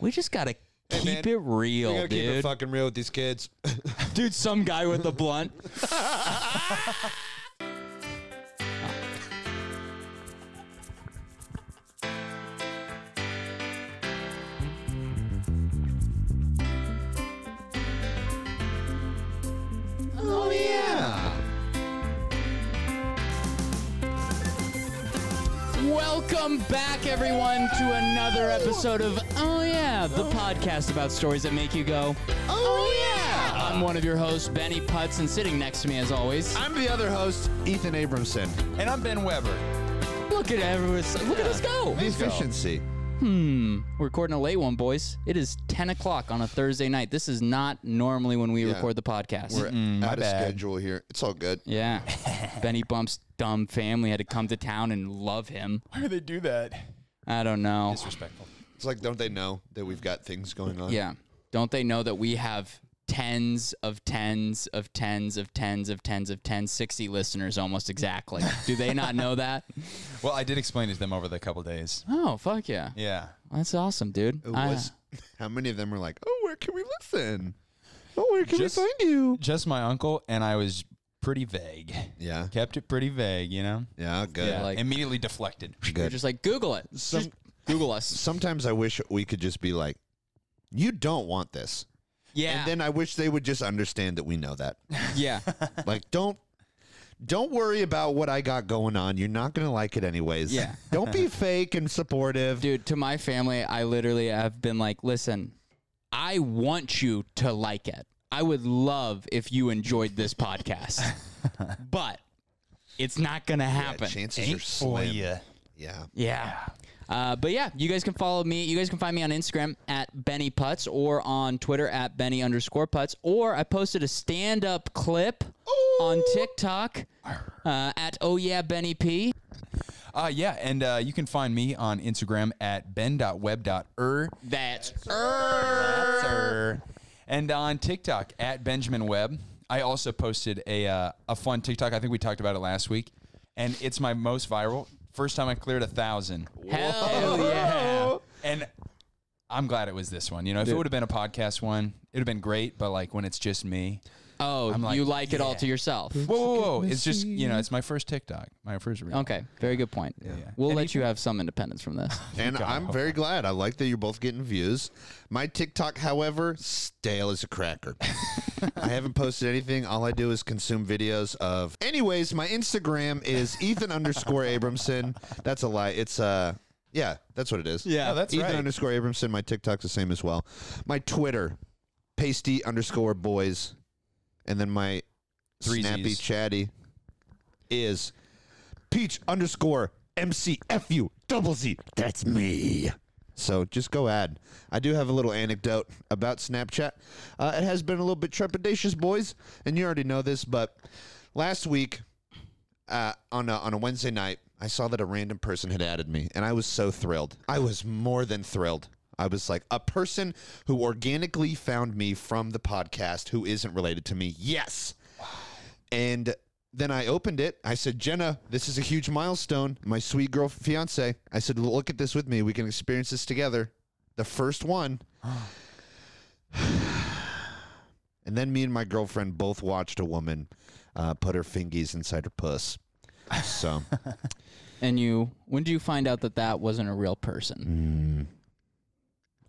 We just gotta keep man, it We real, gotta keep it dude. fucking real with these kids. dude, some guy with a blunt. oh yeah. Welcome back, everyone, to another episode of Oh Yeah, the podcast about stories that make you go. Oh yeah. I'm one of your hosts, Benny Putz, and sitting next to me, as always, I'm the other host, Ethan Abramson. And I'm Ben Weber. look at everyone. Look at us go. The go. efficiency. We're recording a late one, boys. It is 10 o'clock on a Thursday night. This is not normally when we record the podcast. We're out of bad. schedule here. It's all good. yeah. Benny Bump's dumb family had to come to town and love him. Why do they do that? I don't know. Disrespectful. It's like, don't they know that we've got things going on? Yeah. Don't they know that we have tens of tens of tens of tens of tens of tens, 60 listeners almost exactly? Do they not know that? Well, I did explain it to them over the couple days. Oh, fuck yeah. Yeah. That's awesome, dude. It I- was, how many of them were like, oh, where can we listen? Oh, where can Just- we find you? Just my uncle and I was pretty vague. Yeah. Kept it pretty vague, you know? Yeah, good. Yeah. like- Immediately deflected. you're good. just like, Google it. Some- Just Google us. Sometimes I wish we could just be like, you don't want this. Yeah. And then I wish they would just understand that we know that. yeah. like, don't. Don't worry about what I got going on. You're not going to like it anyways. Yeah. Don't be fake and supportive. dude to my family i literally have been like listen i want you to like it i would love if you enjoyed this podcast but it's not gonna happen Chances are Ain't for slim. ya. Yeah. yeah. Uh, but yeah, you guys can follow me. You guys can find me on Instagram at Benny Putz or on Twitter at Benny underscore Putz. Or I posted a stand up clip on TikTok uh, at Oh Yeah Benny P. Uh, yeah, and uh, you can find me on Instagram at ben.web.er. That's That's er. And on TikTok at Benjamin Webb. I also posted a, uh, a fun TikTok. I think we talked about it last week. And it's my most viral. First time I cleared a thousand. hell yeah. And I'm glad it was this one. You know, if it would have been a podcast one, it would have been great. But like when it's just me, Oh, I'm like, you like it all yeah. to yourself. whoa, whoa, whoa! It's just you know, it's my first TikTok, my first reel. Okay, very good point. Yeah. We'll And let you have some independence from this. And I'm very glad. I like that you're both getting views. My TikTok, however, stale as a cracker. I haven't posted anything. All I do is consume videos of. Anyways, my Instagram is Ethan underscore Abramson. That's a lie. It's uh, yeah, that's what it is. Yeah, that's Ethan right. underscore Abramson. My TikTok's the same as well. My Twitter, pasty underscore boys, and then my Three snappy Zs. chatty is peach underscore mcfu double z. That's me. So just go add. I do have a little anecdote about Snapchat. Uh, it has been a little bit trepidatious, boys, and you already know this, but last week uh, on a, on a Wednesday night, I saw that a random person had added me, and I was so thrilled. I was more than thrilled. I was like, a person who organically found me from the podcast who isn't related to me. Yes. And then I opened it. I said, Jenna, this is a huge milestone. My sweet girl fiance. I said, look at this with me. We can experience this together. The first one. and then me and my girlfriend both watched a woman uh, put her fingies inside her puss. So and you, when did you find out that that wasn't a real person?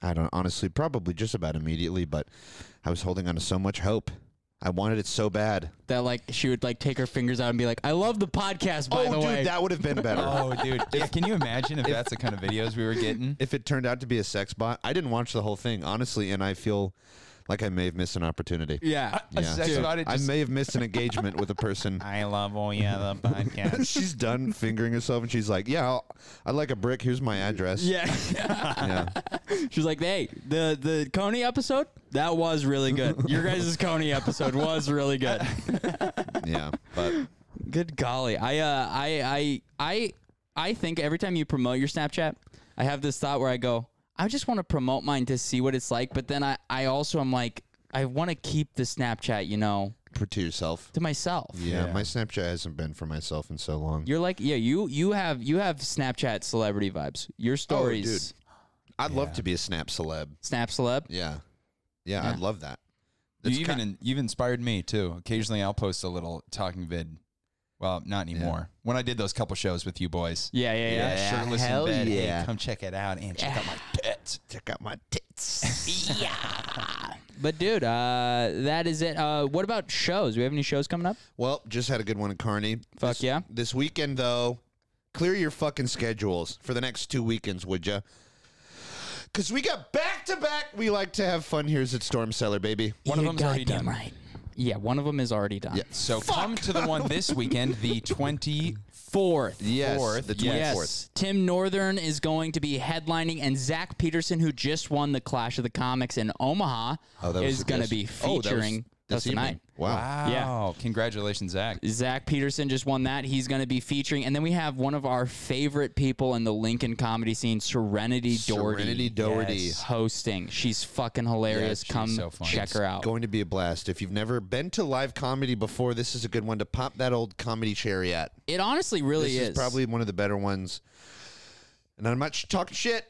I don't honestly, probably just about immediately, but I was holding on to so much hope. I wanted it so bad. That like she would like take her fingers out and be like, "I love the podcast." By oh, the dude, way, Uh, that would have been better. Oh, dude! Yeah, can you imagine if that's the kind of videos we were getting? if it turned out to be a sex bot. I didn't watch the whole thing, honestly, and I feel like I may have missed an opportunity. yeah, A sex Dude, bot, it I just- may have missed an engagement with a person. I love all yeah the podcast. She's done fingering herself, and she's like, "Yeah, I'll, I'd like a brick. Here's my address." yeah. Yeah. she was like, "Hey, the the Coney episode that was really good. Your guys' Coney episode was really good." yeah. But Good golly, I uh, I I I I think every time you promote your Snapchat, I have this thought where I go, I just want to promote mine to see what it's like, but then I I also am like, I want to keep the Snapchat, you know, for to yourself. to myself. Yeah, Yeah. my Snapchat hasn't been for myself in so long. Oh, You're like, yeah, you you have you have Snapchat celebrity vibes. Your stories. I'd love to be a snap celeb. Snap celeb. Yeah. Yeah, I'd love that. You It's even ki- in- you've inspired me too. Occasionally, I'll post a little talking vid. Well, not anymore. When I did those couple shows with you boys, Yeah, yeah, yeah. shirtless Hell in bed. Hey, yeah. come check it out and check out my pets. check out my tits. But dude, uh, that is it. Uh, what about shows? Do we have any shows coming up? well, just had a good one at Carney. Fuck This- yeah. This weekend though, clear your fucking schedules for the next two weekends, would ya? Cause we got back to back. We like to have fun here at Storm Cellar, baby. One of them's already done. right. Yeah, one of them is already done. Yeah. So come to the one this weekend, the twenty. Fourth. Yes, Fourth, the twenty yes. fourth. Yes, Tim Northern is going to be headlining, and Zach Peterson, who just won the Clash of the Comics in Omaha, Oh, that was is going to this- be oh, that was featuring us this evening. tonight. Wow. Wow! Congratulations, Zach. Zach Peterson just won that. He's going to be featuring, and then we have one of our favorite people in the Lincoln comedy scene, Serenity Doherty, Serenity Doherty. Yes. hosting. She's fucking hilarious. she's Come so funny. check her out. Going to be a blast. If you've never been to live comedy before, this is a good one to pop that old comedy cherry at. It honestly really This is is probably one of the better ones. And I'm not sh- talking shit.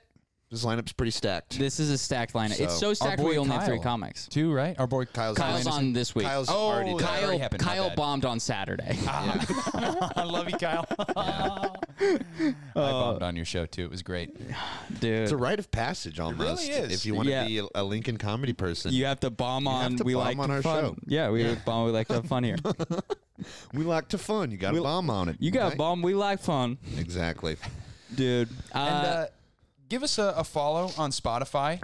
This lineup's pretty stacked. This is a stacked lineup. it's so stacked boy we only have three Kyle. comics. Two, right? Our boy Kyle's, Kyle's on this week. Kyle's Oh, already that done. already Kyle, happened, my Kyle bad. bombed on Saturday. Ah, I love you, Kyle. I bombed on your show too. It was great. Dude, It's a rite of passage almost. is. If you want to Yeah. be a- a Lincoln comedy person, You have to bomb on. to we bomb like on to our fun. show. Yeah, we bomb. We like to have fun here. we like to fun. You got a bomb on it. You got a bomb. We like fun, Exactly. dude. Uh, and uh, give us a, a follow on Spotify.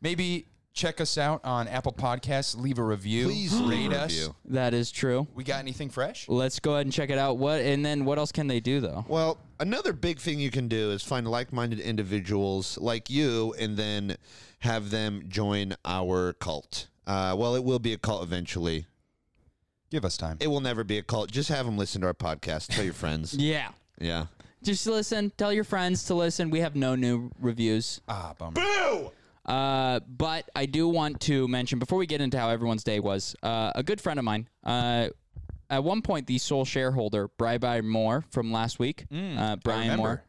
Maybe check us out on Apple Podcasts. Leave a review. Please rate leave a us. review. that is true. We got anything fresh? Let's go ahead and check it out. What and then what else can they do though? Well, another big thing you can do is find like minded individuals like you and then have them join our cult. Uh, well, it will be a cult eventually. Give us time. It will never be a cult. Just have them listen to our podcast. Tell your friends. Yeah, Yeah. just listen. Tell your friends to listen. We have no new reviews. ah, bummer. Uh, but I do want to mention before we get into how everyone's day was, uh, a good friend of mine. Uh, at one point, the sole shareholder, Brian Moore from last week, uh, Brian Mm, remember. Moore,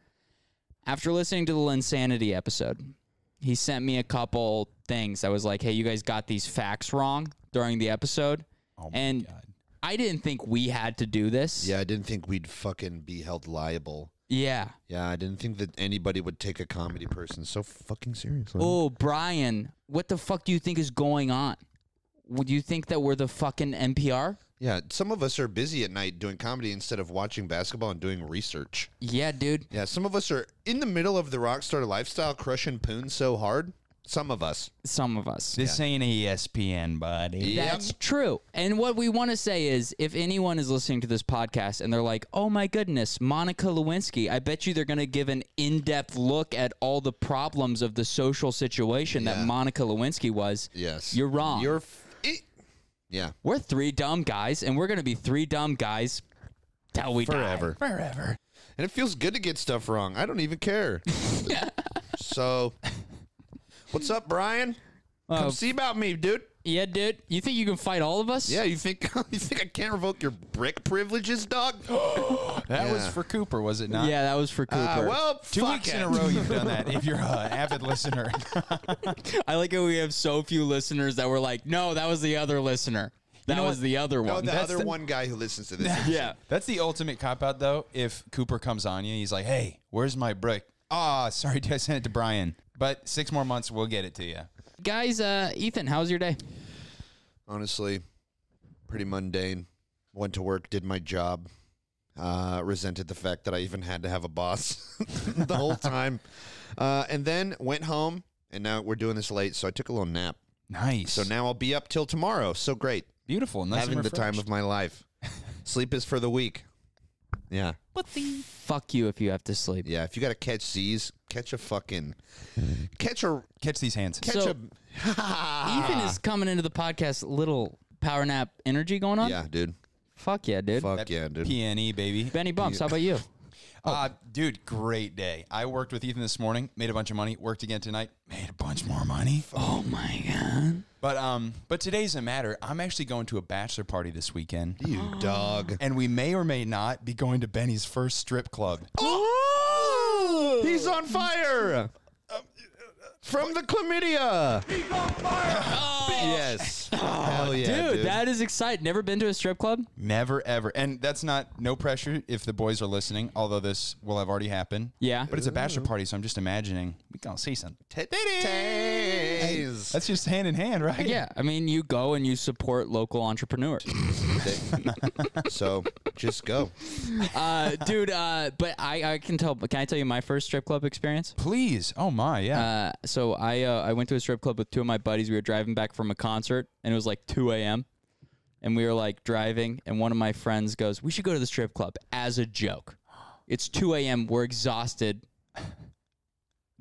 after listening to the Linsanity episode, he sent me a couple things that was like, hey, you guys got these facts wrong during the episode. Oh my and God. I didn't think we had to do this. Yeah, I didn't think we'd fucking be held liable. Yeah. Yeah, I didn't think that anybody would take a comedy person so fucking seriously. Oh, Brian, what the fuck do you think is going on? Would you think that we're the fucking NPR? Yeah, some of us are busy at night doing comedy instead of watching basketball and doing research. Yeah, dude. Yeah, some of us are in the middle of the rock star lifestyle, crushing poon so hard. Some of us. Some of us. This ain't E ESPN, buddy. That's true. And what we want to say is if anyone is listening to this podcast and they're like, oh my goodness, Monica Lewinsky, I bet you they're going to give an in depth look at all the problems of the social situation that Yeah. Monica Lewinsky was. Yes. You're wrong. You're. F- it- yeah. we're three dumb guys, and we're going to be three dumb guys till we Forever. Forever. And it feels good to get stuff wrong. I don't even care. so, what's up, Brian? Come Oh. see about me, dude. die. Yeah, dude. You think you can fight all of us? Yeah, you think you think I can't revoke your brick privileges, dog? That was Yeah. for Cooper, was it not? Yeah, that was for Cooper. Ah, well, Two fuck weeks it. in a row you've done that. If you're an avid listener, I like how we have so few listeners that were like, no, that was the other listener. That know was what? the other No, one. the That's other the- one guy who listens to this. yeah. that's the ultimate cop out though. If Cooper comes on you, he's like, "Hey, where's my brick?" Ah, sorry, I sent it to Brian. But six more months, we'll get it to you. Guys, uh, Ethan, how was your day? honestly, pretty mundane. Went to work, did my job. Uh, resented the fact that I even had to have a boss the whole time, uh, and then went home. And now we're doing this late, so I took a little nap. Nice. So now I'll be up till tomorrow. So great, beautiful. Nice having and the time refreshed. of my life. Sleep is for the weak. Yeah, What the? Fuck you if you have to sleep. yeah. If you gotta catch Z's, catch a fucking, catch a, catch these hands. catch So- a. Ethan is coming into the podcast, little power nap energy going on. yeah, dude. Fuck yeah, dude. Fuck yeah, dude. PNE E, baby. Benny Bumps, how about you? Uh, dude, great day. I worked with Ethan this morning, made a bunch of money, worked again tonight, made a bunch more money. Oh my god. But um but today doesn't matter. I'm actually going to a bachelor party this weekend. you dog. And we may or may not be going to Benny's first strip club. Um, He's on fire. from the chlamydia. Yes. Hell yeah, dude, that is exciting. Never been to a strip club? Never ever. And that's not no pressure if the boys are listening, although this will have already happened. Yeah. But it's a bachelor party, so I'm just imagining we gonna see some Titties. That's just hand in hand, right? Yeah, I mean, you go and you support local entrepreneurs, so just go. uh, dude. Uh, but I, I can tell. Can I tell you my first strip club experience? Please. Oh my, yeah. Uh, so I uh, I went to a strip club with two of my buddies. We were driving back from a concert, and it was like 2 a.m. And we were like driving, and one of my friends goes, "We should go to the strip club as a joke." It's 2 a.m. We're exhausted.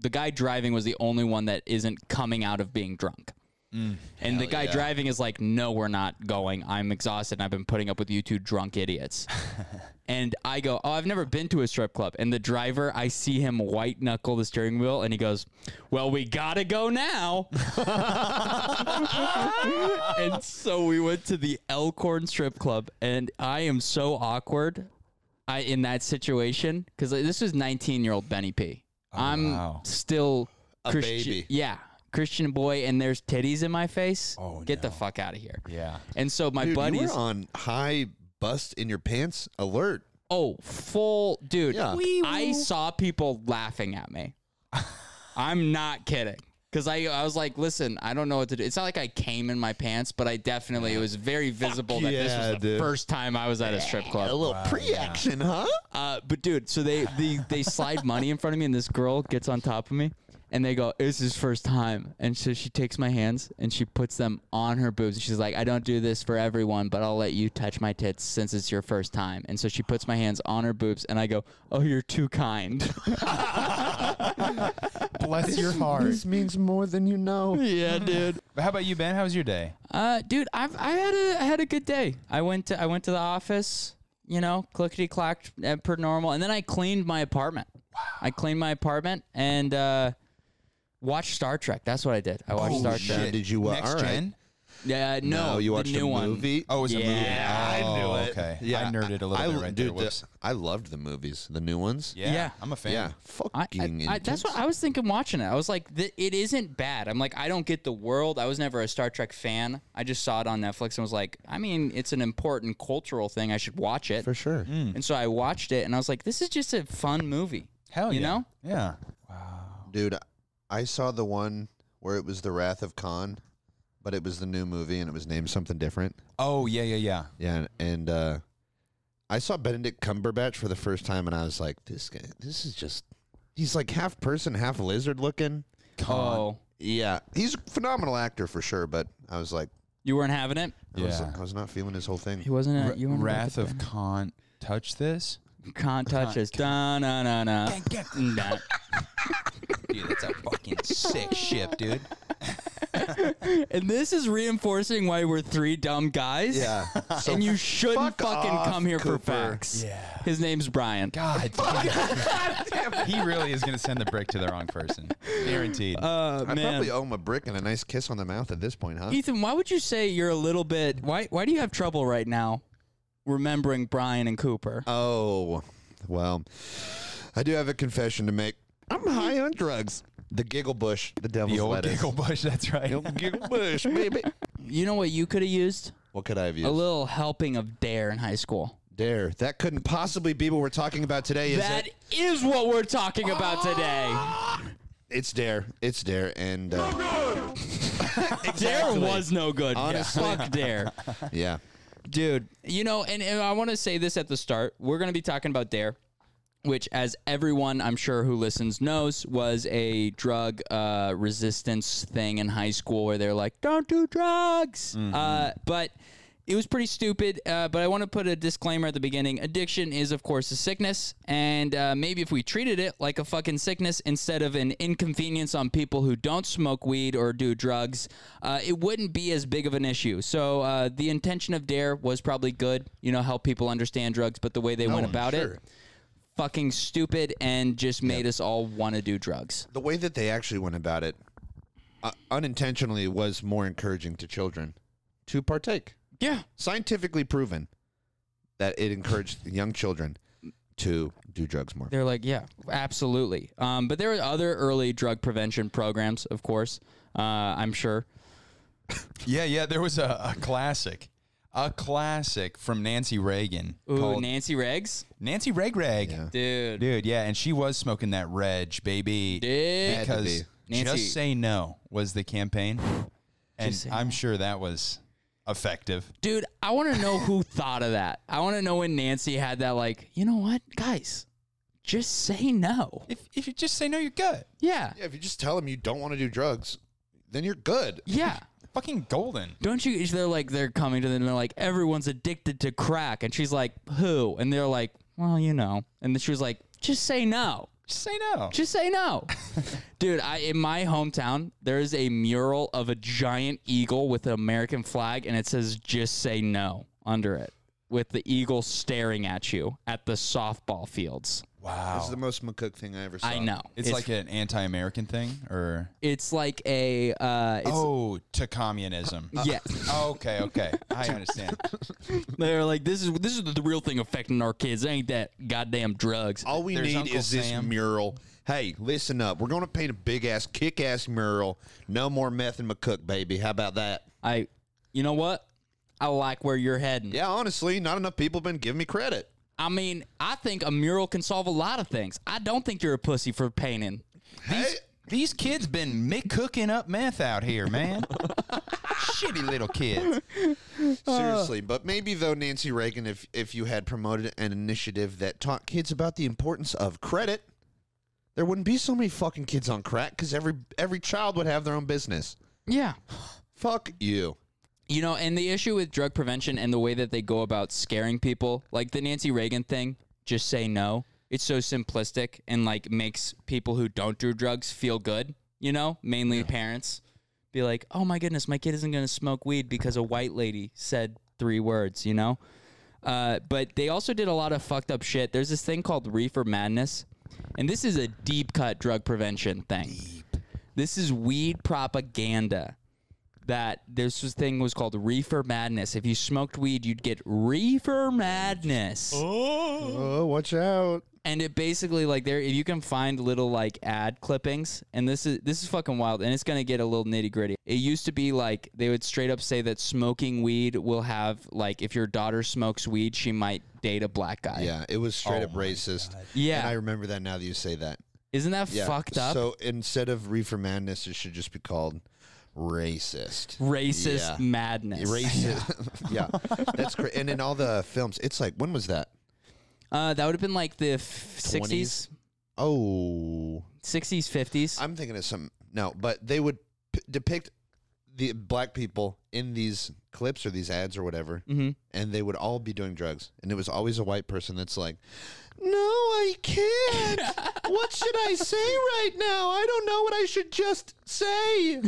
The guy driving was the only one that isn't coming out of being drunk. and the guy driving is like, "No, we're not going. I'm exhausted, and I've been putting up with you two drunk idiots." And I go, Oh, I've never been to a strip club. And the driver, I see him white knuckle the steering wheel and he goes, Well, we gotta go now. and so we went to the Elkhorn strip club. And I am so awkward I in that situation because this was 19 year old Benny P. am wow. still Oh, A Christian. baby. Yeah. Christian boy, and there's titties in my face. Oh, Get the fuck out of here. Yeah. And so my Dude, you buddies. were on high bust in your pants alert. Oh, full dude. Yeah. I saw people laughing at me. I'm not kidding. Cause I, I was like, listen, I don't know what to do. It's not like I came in my pants, but I definitely it was very visible that this was yeah, the dude. first time I was at a strip club. A little pre-action, huh? Uh, but dude, so they, they they slide money in front of me, and this girl gets on top of me, and they go, "It's his first time." And so she takes my hands and she puts them on her boobs. And she's like, "I don't do this for everyone, but I'll let you touch my tits since it's your first time." And so she puts my hands on her boobs, and I go, "Oh, you're too kind." Bless your heart. means more than you know. yeah, dude. How about you, Ben? How was your day? Uh, dude, I've I had a I had a good day. I went to I went to the office, you know, clickety clacked uh, per normal, and then I cleaned my apartment. Wow. I cleaned my apartment and uh, watched Star Trek. That's what I did. Oh, I watched Star shit. Trek. Did you, uh, Next all right. gen? Yeah, no, Oh, you the watched new a one. movie. Oh, it was a movie. Yeah, oh, I knew it. Okay. I nerded a little bit right dude, there. Whoops. the- I loved the movies, the new ones. yeah, Yeah. I'm a fan. yeah. I, Fucking. I, I, that's intense. what I was thinking watching it. I was like, th- it isn't bad. I'm like, I don't get the world. I was never a Star Trek fan. I just saw it on Netflix and was like, I mean, it's an important cultural thing. I should watch it. for sure. And so I watched it and I was like, this is just a fun movie. Hell You yeah. know? Yeah. Dude, I saw the one where it was the Wrath of Khan, but it was the new movie and it was named something different. Oh, yeah, yeah, yeah. Yeah, and uh, I saw Benedict Cumberbatch for the first time, and I was like, this guy, this is just. He's like half person, half lizard looking. Oh. Yeah, he's a phenomenal actor for sure, but I was like, You weren't having it? I, was, Yeah. I was not feeling his whole thing. He wasn't R- Uh, you weren't Wrath of Khan. Touch this. Can't touch us. Dun, dun, dun, dun. Dun. Dude, that's a fucking sick ship, dude. And this is reinforcing why we're three dumb guys. Yeah, so And you shouldn't fuck fucking off, come here for Cooper. facts. Yeah. His name's Brian. God damn. he really is going to send the brick to the wrong person. Guaranteed. Uh, I man. probably owe him a brick and a nice kiss on the mouth at this point, huh? Ethan, why would you say you're a little bit why why do you have trouble right now remembering Brian and Cooper? Oh, well, I do have a confession to make. I'm high on drugs. The giggle bush, the devil's the old lettuce. giggle bush, that's right. giggle bush, baby. you know what you could have used? What could I have used? A little helping of dare in high school. Dare. That couldn't possibly be what we're talking about today, is That it? Ah! is what we're talking about today. It's Dare. It's Dare. And uh, Dare was no good. Honestly. Fuck Dare. yeah. Dude, you know, and, and I want to say this at the start. We're going to be talking about Dare, which, as everyone I'm sure who listens knows, was a drug uh, resistance thing in high school where they're like, don't do drugs. Mm-hmm. Uh, but. It was pretty stupid, uh, but I want to put a disclaimer at the beginning. Addiction is, of course, a sickness, and uh, maybe if we treated it like a fucking sickness instead of an inconvenience on people who don't smoke weed or do drugs, uh, it wouldn't be as big of an issue. So uh, the intention of Dare was probably good, you know, help people understand drugs, but the way they went Oh, I'm about sure. it, fucking stupid, and just made us all want to do drugs. The way that they actually went about it uh, unintentionally was more encouraging to children to partake. Yeah, Scientifically proven that it encouraged young children to do drugs more. They're like, yeah, absolutely. Um, but there were other early drug prevention programs, of course. Uh, I'm sure. Yeah, yeah. There was a, a classic, a classic from Nancy Reagan Ooh, called Nancy Regs, Nancy Reg Reg. dude. Dude, yeah, and she was smoking that Reg, baby. Dude. to because be. Nancy- just say no was the campaign, and Say I'm sure that was effective. Dude, I want to know who thought of that. I want to know when Nancy had that, like, you know what, guys, just say no. If if you just say no, you're good. Yeah. Yeah, if you just tell them you don't want to do drugs, then you're good. Yeah. Fucking golden. Don't you? They're like, they're coming to them, and they're like, everyone's addicted to crack. And she's like, who? And they're like, well, you know. And then she was like, just say no. Just say no. Just say no. Dude, I in my hometown, there is a mural of a giant eagle with an American flag and it says just say no under it with the eagle staring at you at the softball fields. wow. This is the most McCook thing I ever saw. I know. it's, like an anti-American thing, or it's like a uh it's oh, uh. to communism. yeah. okay, okay, I understand. They're like this is this is the real thing affecting our kids. Ain't that goddamn drugs. All we There's need Uncle is this Sam. mural. Hey, listen up. We're going to paint a big ass, kick ass mural. No more meth and McCook, baby. How about that? I you know what? I like where you're heading. Yeah, honestly, not enough people been giving me credit. I mean, I think a mural can solve a lot of things. I don't think you're a pussy for painting. Hey, These kids been mi- cooking up meth out here, man. Shitty little kids. Uh. seriously, but maybe though, Nancy Reagan, if if you had promoted an initiative that taught kids about the importance of credit, there wouldn't be so many fucking kids on crack because every every child would have their own business. Yeah. Fuck you. You know, and the issue with drug prevention and the way that they go about scaring people, like the Nancy Reagan thing, just say no. It's so simplistic and like makes people who don't do drugs feel good, you know, mainly parents. Be like, oh my goodness, my kid isn't going to smoke weed because a white lady said three words, you know? Uh, but they also did a lot of fucked up shit. There's this thing called reefer madness, and this is a deep cut drug prevention thing. This is weed propaganda that this was thing was called reefer madness. If you smoked weed, you'd get reefer madness. Oh, watch out. And it basically like there you can find little like ad clippings and this is this is fucking wild and it's going to get a little nitty-gritty. It used to be like they would straight up say that smoking weed will have like if your daughter smokes weed, she might date a black guy. Yeah, it was straight Oh up my racist. Yeah. And I remember that now that you say that. Isn't that Yeah. fucked up? So instead of reefer madness, it should just be called racist. Racist Yeah. madness. Racist. yeah. That's great. And in all the films, it's like, when was that? Uh, that would have been like the f- 60s, 20s? Oh, 60s, 50s. I'm thinking of some. No, but they would p- depict the black people in these clips or these ads or whatever, Mhm. and they would all be doing drugs. And it was always a white person that's like, "No, I can't. what should I say right now? I don't know what I should just say."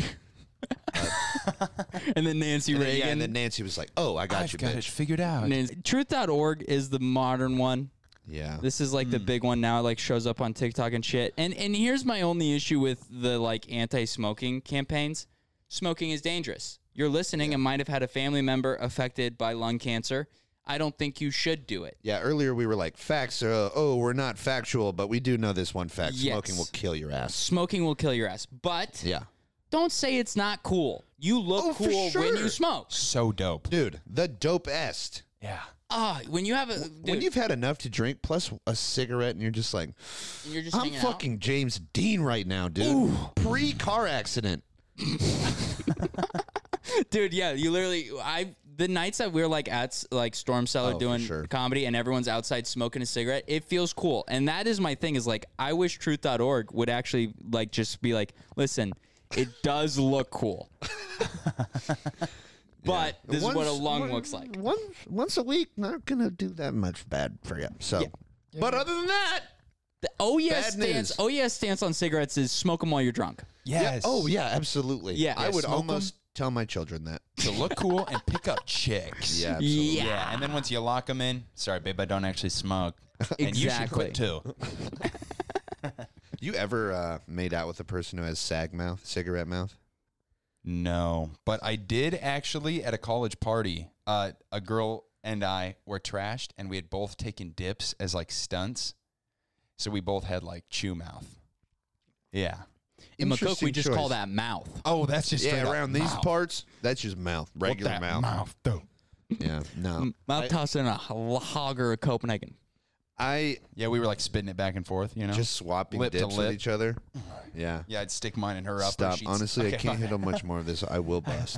and then Nancy And then- Reagan. yeah, and then Nancy was like, "Oh, I got I've you, got it bitch." figured out. And it's- Truth.org is the modern one. Yeah. This is like the Hmm. big one now. It like shows up on TikTok and shit. And and here's my only issue with the like anti-smoking campaigns. Smoking is dangerous. You're listening and might have had a family member affected by lung cancer. I don't think you should do it. Yeah, earlier we were like, facts are, oh, we're not factual, but we do know this one fact. Yes. Smoking will kill your ass. Smoking will kill your ass. But Yeah. don't say it's not cool. You look Oh, for cool when you sure. smoke. So dope. Dude, the dope est. Yeah. Ah, when you have a When dude, you've had enough to drink plus a cigarette and you're just like, and you're just I'm hanging out. fucking James Dean right now, dude. Pre car accident. dude yeah you literally i the nights that we're like at s- like storm cellar Oh, for doing sure. comedy and everyone's outside smoking a cigarette it feels cool and that is my thing is like i wish truth.org would actually like just be like listen it does look cool but this is what a lung looks like Once, once a week, not going to do that much bad for you. So, but other than that, The- oh yeah Bad stance news. oh yeah stance on cigarettes is smoke them while you're drunk Yes. oh, yeah, absolutely. Yeah. I Yeah, would smoke 'em. almost tell my children that. To look cool and pick up chicks. Yeah, absolutely. yeah, Yeah, and then once you lock them in, sorry, babe, I don't actually smoke. And you should Exactly. quit too. You ever uh, made out with a person who has sag mouth, cigarette mouth? No, but I did actually at a college party. Uh, a girl and I were trashed, and we had both taken dips as like stunts, so we both had like chew mouth. Yeah. In McCook, we Interesting just call choice. that mouth. Oh, that's just yeah, straight up around these mouth. parts, that's just mouth, What regular that mouth. though. Yeah, no. Mouth tossing a ho- hogger of Copenhagen. I Yeah, we were like spitting it back and forth, you know. just swapping Lip to dips with lip. each other. Yeah. yeah, I'd stick mine in her up. Stop. Honestly, I can't handle much more of this. I will bust.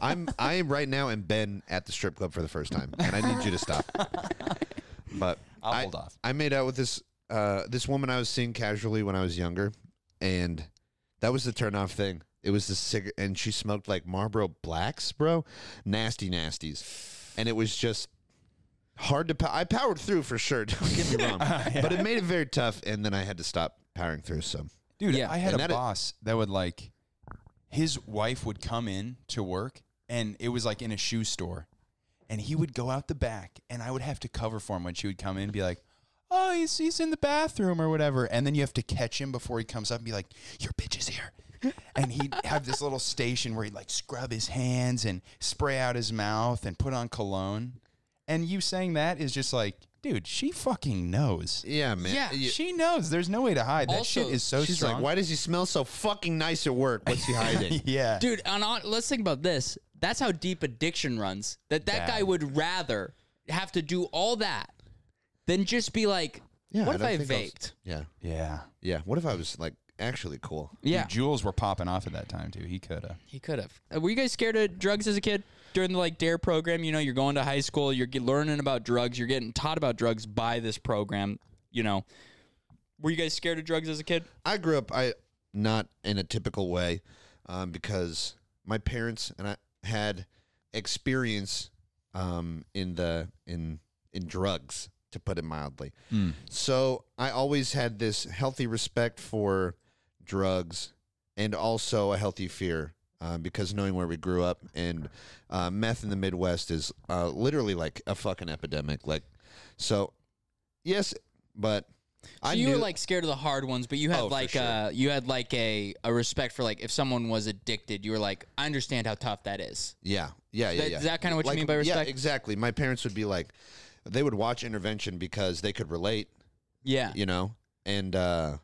I'm I am right now and Ben at the strip club for the first time, and I need you to stop. But I'll I- hold off. I made out with this uh, this woman I was seeing casually when I was younger, and that was the turnoff thing. It was the cigarette, and she smoked like Marlboro Blacks, bro, nasty nasties, and it was just hard to. Po- I powered through for sure. Don't get me wrong, but it made it very tough, and then I had to stop powering through. So Dude, Yeah. I had And a that it- boss that would like his wife would come in to work and it was like in a shoe store. And he would go out the back and I would have to cover for him when she would come in and be like, Oh, he's he's in the bathroom or whatever. And then you have to catch him before he comes up and be like, Your bitch is here. and he'd have this little station where he'd like scrub his hands and spray out his mouth and put on cologne. And you saying that is just like, dude, she fucking knows. yeah, man. Yeah, You- She knows. There's no way to hide. That Also, shit is so She's strong. like, why does he smell so fucking nice at work? What's he hiding? yeah. Dude, and on, let's think about this. That's how deep addiction runs. That that Bad. guy would rather have to do all that than just be like, what if don't I, think was- vaped? yeah, Yeah. yeah. What if I was like actually cool? Yeah, Dude, Jules were popping off at that time too. He could have. he could have. Uh, were you guys scared of drugs as a kid during the like Dare program? You know, you're going to high school, you're ge- learning about drugs, you're getting taught about drugs by this program. You know, were you guys scared of drugs as a kid? I grew up I not in a typical way um, because my parents and I had experience um, in the in in drugs to put it mildly. Hmm. So I always had this healthy respect for drugs and also a healthy fear uh, because knowing where we grew up and uh, meth in the Midwest is uh, literally like a fucking epidemic. Like, so yes, but So I you were knew- like scared of the hard ones, but you had Oh, for like sure. uh you had like a, a respect for like if someone was addicted, you were like, I understand how tough that is. Yeah, yeah, yeah. That- yeah. is that kinda what you Like, mean by respect? Yeah, exactly. My parents would be like, they would watch intervention because they could relate, Yeah. you know, and uh,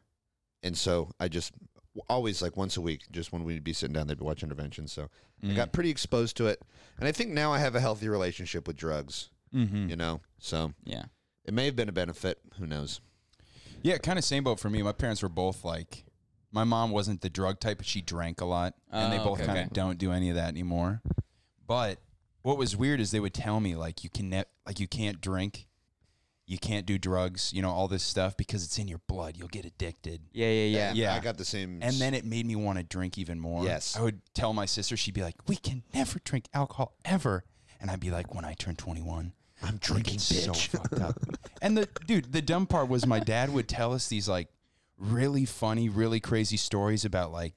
and so I just always like once a week, just when we'd be sitting down, they'd be watching intervention. So I Mm. got pretty exposed to it, and I think now I have a healthy relationship with drugs, Mm-hmm. you know. So Yeah. it may have been a benefit. Who knows? Yeah, kind of same boat for me. My parents were both like, my mom wasn't the drug type, but she drank a lot, and they Oh, both okay, kind of okay. don't do any of that anymore. But what was weird is they would tell me like you can ne- like you can't drink, you can't do drugs, you know, all this stuff because it's in your blood. You'll get addicted. Yeah, yeah, yeah. Yeah. I got the same. And then it made me want to drink even more. Yes. I would tell my sister, she'd be like, We can never drink alcohol ever. And I'd be like, When I turn 21, I'm drinking so fucked up. and the dude, the dumb part was my dad would tell us these like really funny, really crazy stories about like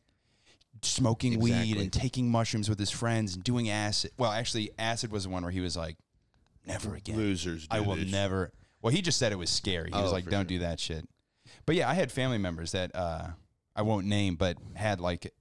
smoking weed Exactly. and taking mushrooms with his friends and doing acid. Well, actually, acid was the one where he was like, Never again. losers. I will never. Well, he just said it was scary. He was Oh, like, for "Don't do that shit." But yeah, I had family members that uh, I won't name, but had like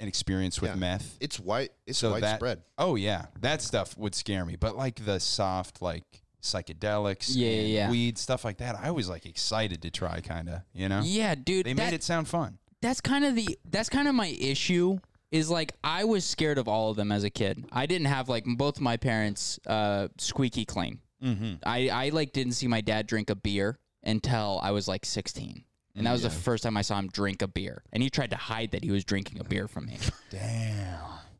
an experience with Yeah. meth. It's white. It's So that- widespread. Oh yeah, that stuff would scare me. But like the soft, like psychedelics, Yeah, yeah, and yeah. weed stuff like that, I was like excited to try, kind of. You know, Yeah, dude. they that- made it sound fun. that's kind of the that's kind of my issue is like I was scared of all of them as a kid. I didn't have like both my parents uh squeaky clean. Mm-hmm. I I like didn't see my dad drink a beer until I was like 16. And that was the first time I saw him drink a beer. And he tried to hide that he was drinking a beer from me. Damn.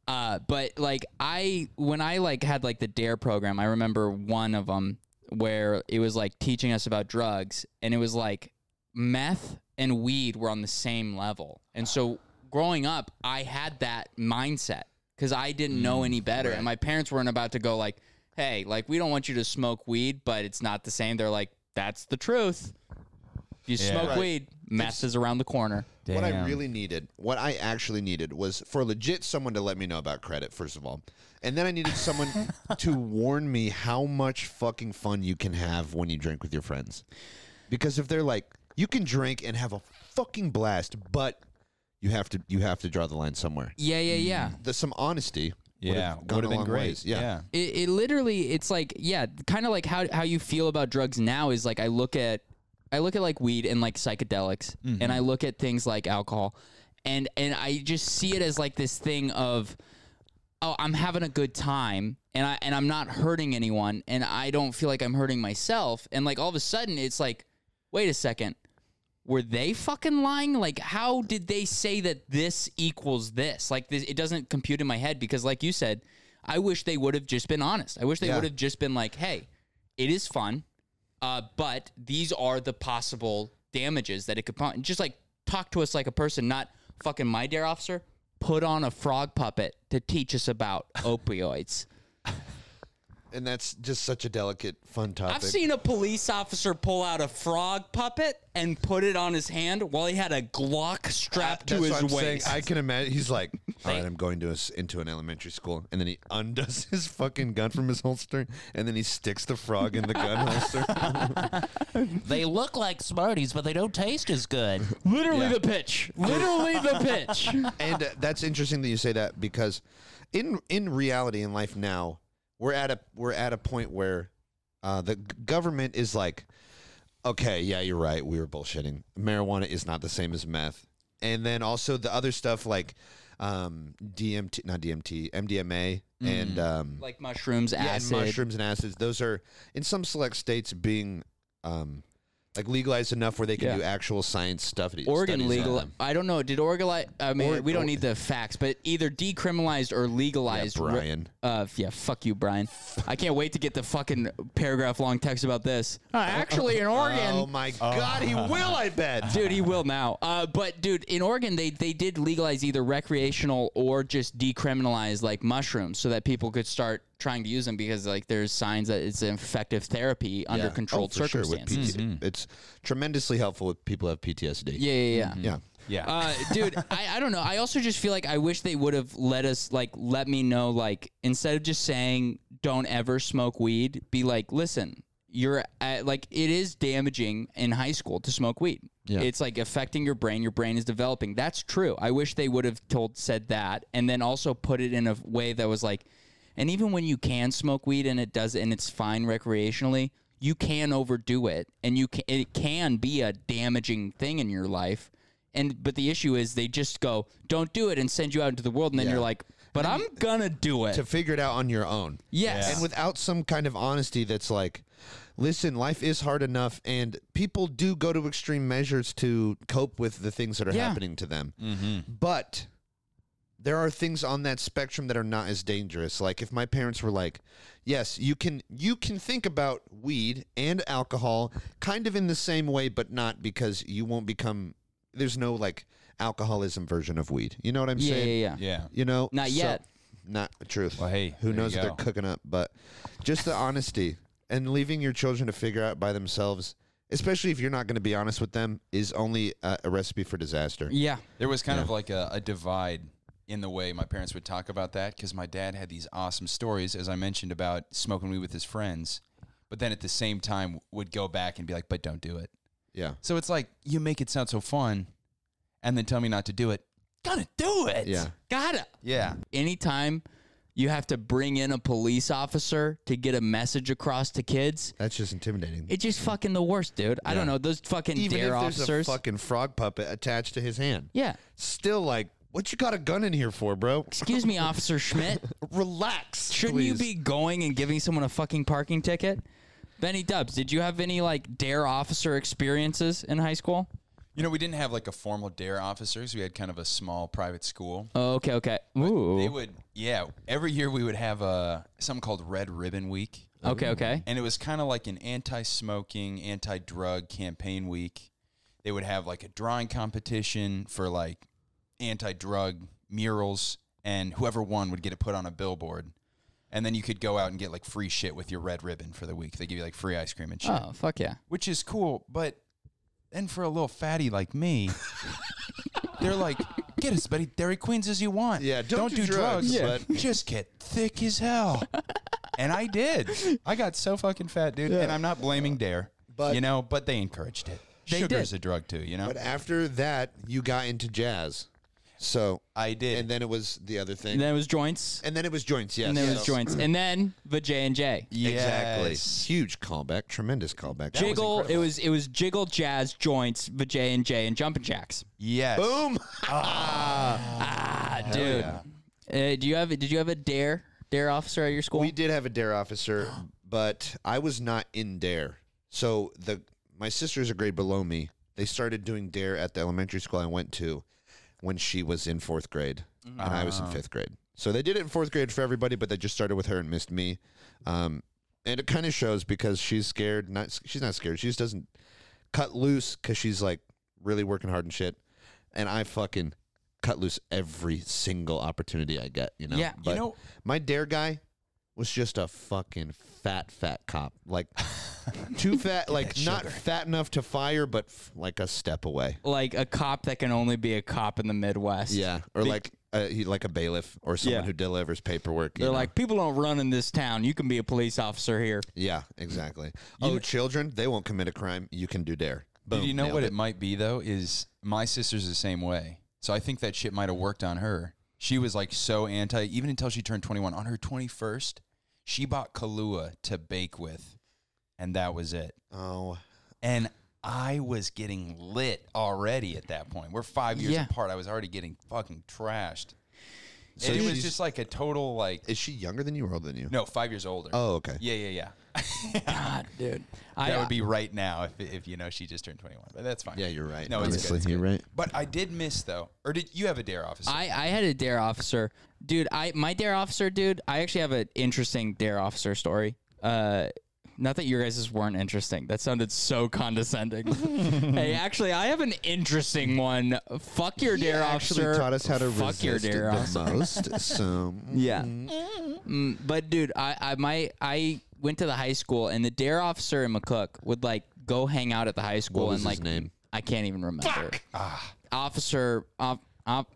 Uh, but like I, when I like had like the Dare program, I remember one of them where it was like teaching us about drugs, and it was like meth and weed were on the same level. And so growing up, I had that mindset because I didn't know any better, and my parents weren't about to go like, "Hey, like we don't want you to smoke weed, but it's not the same." They're like, "That's the truth. If you smoke Right. weed, meth is around the corner." Damn. What I really needed, what I actually needed, was for legit someone to let me know about credit, first of all. And then I needed someone to warn me how much fucking fun you can have when you drink with your friends. Because if they're like, you can drink and have a fucking blast, but you have to you have to draw the line somewhere. Yeah, yeah, yeah. There's some honesty Yeah, gone would a have been long great. ways, yeah. It, it literally, it's like, yeah, kind of like how, how you feel about drugs now is like I look at, I look at like weed and like psychedelics, and I look at things like alcohol, and and I just see it as like this thing of, oh, I'm having a good time, and I and I'm not hurting anyone, and I don't feel like I'm hurting myself, and like all of a sudden it's like, wait a second, were they fucking lying? Like, how did they say that this equals this? Like, this, it doesn't compute in my head because, like you said, I wish they would have just been honest. I wish they Yeah. would have just been like, hey, it is fun, uh, but these are the possible damages that it could. po- Just like talk to us like a person, not fucking my dare officer. Put on a frog puppet to teach us about opioids. And that's just such a delicate, fun topic. I've seen a police officer pull out a frog puppet and put it on his hand while he had a Glock strapped to That's his what I'm saying. waist. I can imagine. He's like, all right, I'm going to a s into an elementary school, and then he undoes his fucking gun from his holster, and then he sticks the frog in the gun holster. They look like Smarties, but they don't taste as good. Literally the pitch. Literally the pitch. and uh, that's interesting that you say that because in in reality in life now we're at a we're at a point where uh, the g- government is like okay yeah you're right we were bullshitting marijuana is not the same as meth and then also the other stuff like um, DMT not DMT MDMA and um, Like mushrooms, yeah, and acid. mushrooms and acids those are in some select states being um, like legalized enough where they can Yeah. do actual science stuff studies Oregon on legal. them. I don't know. Did Oregon? li- I mean, Or- we don't or- need the facts, but either decriminalized or legalized. re- Brian. uh, yeah, fuck you, Brian. I can't wait to get the fucking paragraph long text about this. Uh, actually, in Oregon, Oh my God, he will! I bet. dude he will now uh, but dude in oregon they, they did legalize either recreational or just decriminalize like mushrooms so that people could start trying to use them because like there's signs that it's an effective therapy under Yeah. controlled Oh, for sure, with circumstances PT It's tremendously helpful with people who have PTSD. yeah yeah yeah Yeah. yeah. Uh, dude, I, I don't know. I also just feel like I wish they would have let us like let me know like instead of just saying don't ever smoke weed, be like listen, you're at, like it is damaging in high school to smoke weed. Yeah. It's like affecting your brain. Your brain is developing. That's true. I wish they would have told said that and then also put it in a way that was like and even when you can smoke weed and it does and it's fine recreationally, you can overdo it and you can, it can be a damaging thing in your life. And but the issue is they just go, "Don't do it," and send you out into the world, and then Yeah. you're like, "But I'm gonna do it." To figure it out on your own. yes, And without some kind of honesty that's like, listen, life is hard enough, and people do go to extreme measures to cope with the things that are Yeah. happening to them. But there are things on that spectrum that are not as dangerous. Like if my parents were like, "Yes, you can you can think about weed and alcohol kind of in the same way, but not because you won't become there's no like alcoholism version of weed." You know what I'm yeah, yeah, saying? yeah, yeah. You know, Not yet. Not the truth. Well, hey, who there knows you what they're go. cooking up? But just the honesty and leaving your children to figure out by themselves, especially if you're not going to be honest with them, is only uh, a recipe for disaster. yeah. There was kind of like a, a divide in the way my parents would talk about that because my dad had these awesome stories, as I mentioned, about smoking weed with his friends, but then at the same time would go back and be like, but don't do it. Yeah, So it's like, you make it sound so fun and then tell me not to do it. Gotta do it. yeah. Gotta. Yeah. Anytime you have to bring in a police officer to get a message across to kids, That's just intimidating. it's just fucking the worst, dude. I don't know those fucking Even dare if there's officers. a fucking frog puppet attached to his hand, yeah. still like, what you got a gun in here for, bro? Excuse me, Officer Schmidt. Relax. Shouldn't you be please. going and giving someone a fucking parking ticket? Benny Dubs, did you have any like dare officer experiences in high school? You know, we didn't have like a formal dare officers. We had kind of a small private school. Oh, okay, okay. They Ooh. would, yeah. Every year we would have a something called Red Ribbon Week. okay, okay. and it was kind of like an anti-smoking, anti-drug campaign week. They would have like a drawing competition for like anti-drug murals, and whoever won would get it put on a billboard. And then you could go out and get like free shit with your red ribbon for the week. They give you like free ice cream and shit, Oh, fuck yeah. which is cool. But then for a little fatty like me, they're like, get as many Dairy Queens as you want. Yeah, don't do drugs, Yeah. but- just get thick as hell. and I did. I got so fucking fat, dude. And I'm not blaming Dare, But- but you know, but they encouraged it. They Sugar's did. a drug too, you know. But after that, you got into jazz. So I did. and then it was the other thing, And then it was joints. and then it was joints. Yes, And then it was So- joints. And then the J and J. Exactly. Yes. Huge callback. Tremendous callback. Jiggle. it was it was jiggle, jazz, joints, the J and J, and jumping jacks. Yes. Boom. Ah, dude. Uh, do you have? Did you have a dare dare officer at your school? We did have a dare officer, but I was not in dare. So the my sister's a grade below me. They started doing dare at the elementary school I went to when she was in fourth grade and I was Ah. in fifth grade. So they did it in fourth grade for everybody, but they just started with her and missed me. Um, and it kind of shows because she's scared. Not she's not scared. She just doesn't cut loose because she's like really working hard and shit. And I fucking cut loose every single opportunity I get. You know. Yeah, you But know- my dare guy was just a fucking fat fat cop. Like too fat. like not fat enough to fire, but f- like a step away. like a cop that can only be a cop in the Midwest. Yeah, or like a, he, like a bailiff or someone Yeah. who delivers paperwork. you They're know? like, people don't run in this town. You can be a police officer here. yeah, exactly. oh, children, they won't commit a crime. You can do dare. Boom, Did you know nailed what it. might be though? Is my sister's the same way. So I think that shit might have worked on her. She was like so anti, even until she turned 21. On her 21st, she bought Kahlua to bake with, and that was it. Oh, And I was getting lit already at that point. We're five years Yeah. apart. I was already getting fucking trashed. So and it was she's- just like a total like is she younger than you or older than you? no, five years older. Oh, okay. yeah, yeah, yeah. God, dude. I, That would be right now if, if you know she just turned 21. But that's fine. Yeah, you're right. No, it's Honestly, good. It's you're good. right. But I did miss though. Or did you have a dare officer? I, I had a dare officer. Dude, I my dare officer, dude, I actually have an interesting dare officer story. Uh not that your guys' weren't interesting. That sounded so condescending. hey, actually, I have an interesting one. Fuck your dare actually officer. taught us how to Fuck resist your dare it officer. the most. So Yeah. Mm, but dude, I, I my I went to the high school and the dare officer in McCook would like go hang out at the high school What was and his like name? I can't even remember. Officer op, op,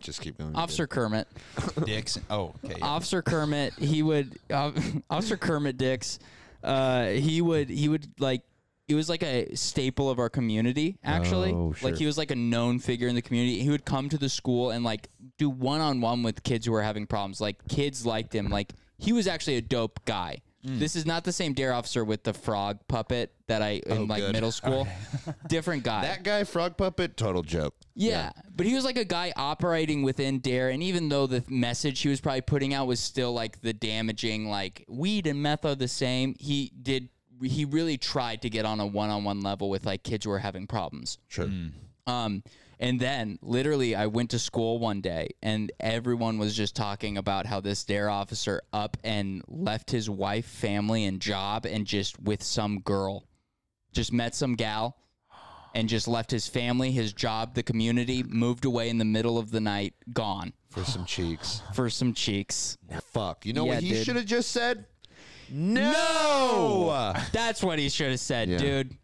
just keep going. Officer Kermit. Dixon. Oh, okay. yeah. Officer Kermit, he would uh, Officer Kermit Dix, uh, he would he would like it was like a staple of our community actually. Oh, sure. Like he was like a known figure in the community. He would come to the school and like do one on one with kids who were having problems. Like kids liked him. Like he was actually a dope guy. This is not the same dare officer with the frog puppet that I in like Oh, good. middle school. Different guy. That guy, frog puppet, total joke. Yeah, but he was like a guy operating within Dare, and even though the message he was probably putting out was still like the damaging, like weed and meth are the same. He did. He really tried to get on a one-on-one level with like kids who were having problems. Sure. Um, and then literally, I went to school one day, and everyone was just talking about how this dare officer up and left his wife, family, and job, and just with some girl, just met some gal, and just left his family, his job, the community, moved away in the middle of the night, gone For some cheeks. for some cheeks. Fuck. You know Yeah, what he dude. should have just said? No, that's what he should have said, Yeah. dude.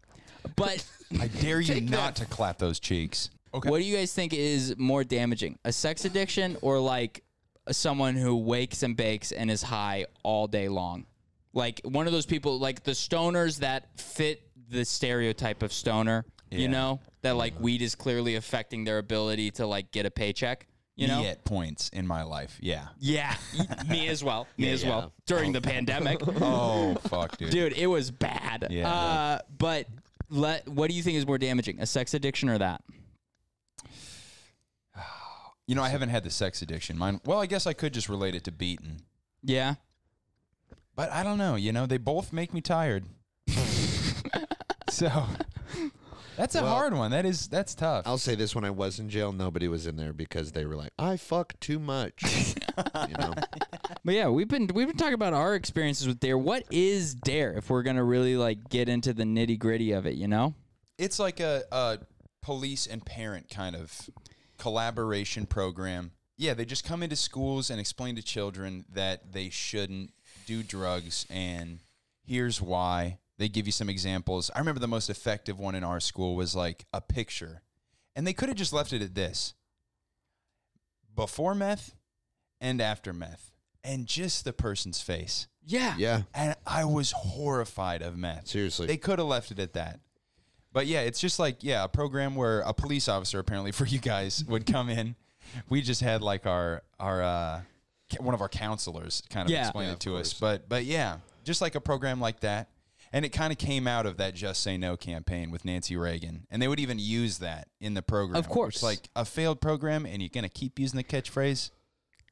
But I dare you not to clap those cheeks. Okay. What do you guys think is more damaging, a sex addiction or like someone who wakes and bakes and is high all day long? Like one of those people, like the stoners that fit the stereotype of stoner, you Yeah. know, that like weed is clearly affecting their ability to like get a paycheck, you know? Me at points in my life. Yeah. Yeah, me as well. Me as well. During the pandemic. Oh fuck, dude. Dude, it was bad. Yeah. Uh, but let, what do you think is more damaging, a sex addiction or that? You know, I haven't had the sex addiction. Mine. Well, I guess I could just relate it to beaten. Yeah. But I don't know. You know, they both make me tired. so that's a hard one. That is that's tough. I'll say this: when I was in jail, nobody was in there because they were like, "I fuck too much." you know, But yeah, we've been we've been talking about our experiences with Dare. What is Dare? If we're gonna really like get into the nitty gritty of it, you know? it's like a, a police and parent kind of collaboration program. Yeah, they just come into schools and explain to children that they shouldn't do drugs and here's why. They give you some examples. I remember the most effective one in our school was like a picture. And they could have just left it at this before meth and after meth, and just the person's face. Yeah. yeah, And I was horrified of meth. seriously. They could have left it at that. But yeah, it's just like yeah, a program where a police officer apparently for you guys would come in. We just had like our our uh, ca- one of our counselors kind of Yeah. explained Yeah, it to us. But but yeah, just like a program like that. And it kind of came out of that "Just Say No" campaign with Nancy Reagan, and they would even use that in the program. Of course. it's like a failed program, and you're gonna keep using the catchphrase.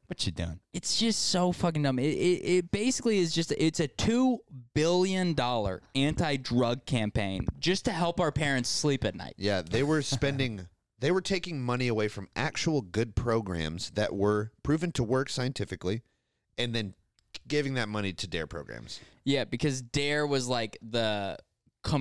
What you doing? It's just so fucking dumb. It, it, it basically is just it's a two billion dollar anti drug campaign just to help our parents sleep at night. Yeah, they were spending, they were taking money away from actual good programs that were proven to work scientifically, and then giving that money to dare programs. Yeah, because Dare was like the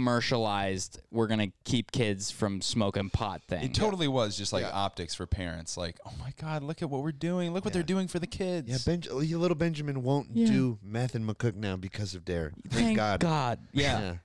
commercialized we're gonna keep kids from smoking pot thing. It totally was just like Yeah. optics for parents. Like, oh my god, look at what we're doing. Look what they're doing for the kids. Yeah, Benj- little Benjamin won't do meth and McCook now because of dare. Thank, Thank God. Yeah. Yeah.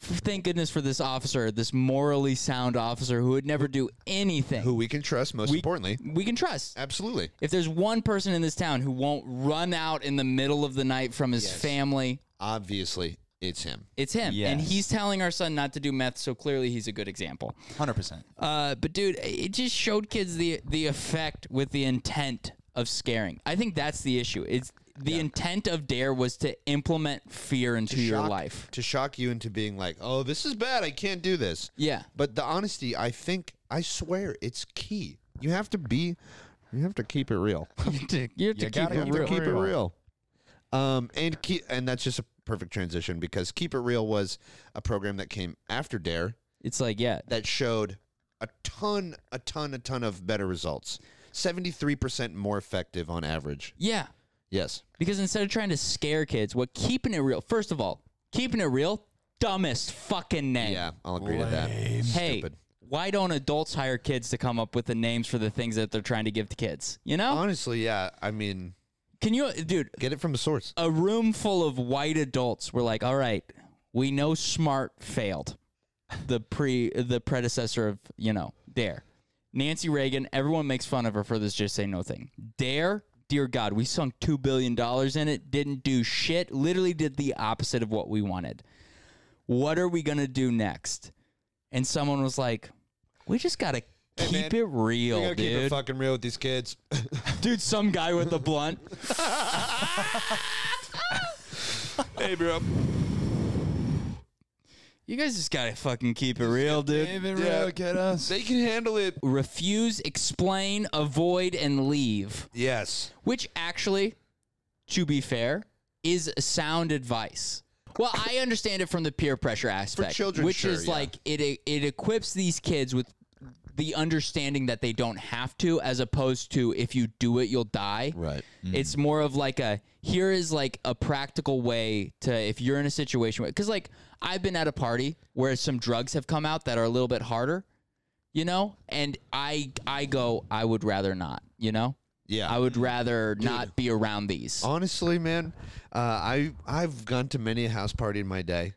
F- Thank goodness for this officer, this morally sound officer who would never do anything. Who we can trust, most importantly. we can trust. Absolutely. If there's one person in this town who won't run out in the middle of the night from his family, Obviously, it's him. it's him. And Yes. he's telling our son not to do meth, so clearly he's a good example. hundred percent. Uh, but dude, it just showed kids the the effect with the intent of scaring. I think that's the issue. It's the intent of Dare was to implement fear into your shock- life. To shock you into being like, oh, this is bad. I can't do this. Yeah. But the honesty, I think, I swear, it's key. You have to be, you have to keep it real. You have to keep gotta it keep it real. keep it real. real. Um, and keep, and that's just a perfect transition because Keep It Real was a program that came after Dare It's like yeah, that showed a ton, a ton, a ton of better results. Seventy-three percent more effective on average. yeah. Yes. Because instead of trying to scare kids, what keeping it real. First of all, keeping it real, dumbest fucking name. Yeah, I'll agree to that. Hey, Stupid. why don't adults hire kids to come up with the names for the things that they're trying to give to kids? You know? Honestly, yeah. I mean, Can you, dude? get it from a source. a room full of white adults were like, "All right, we know Smart failed, the pre the predecessor of you know Dare, Nancy Reagan. Everyone makes fun of her for this just say no thing. Dare, dear God, we sunk two billion dollars in it, didn't do shit. Literally did the opposite of what we wanted. What are we gonna do next? And someone was like, "We just gotta." man, Keep it We real, gotta keep it dude. fucking real with these kids. Dude, some guy with a blunt. hey, bro. You guys just gotta fucking keep it real, dude. Yeah. get us. They can handle it. refuse, explain, avoid, and leave, Yes. which actually, to be fair, is sound advice. Well, I understand it from the peer pressure aspect, children, which sure, is yeah. like it it equips these kids with the understanding that they don't have to, as opposed to if you do it, you'll die. Right. Mm. It's more of like a here is like a practical way to if you're in a situation because like I've been at a party where some drugs have come out that are a little bit harder, you know, and I I go I would rather not, you know, Yeah. I would rather not be around these. Oh, Honestly, man, uh, I I've gone to many a house party in my day,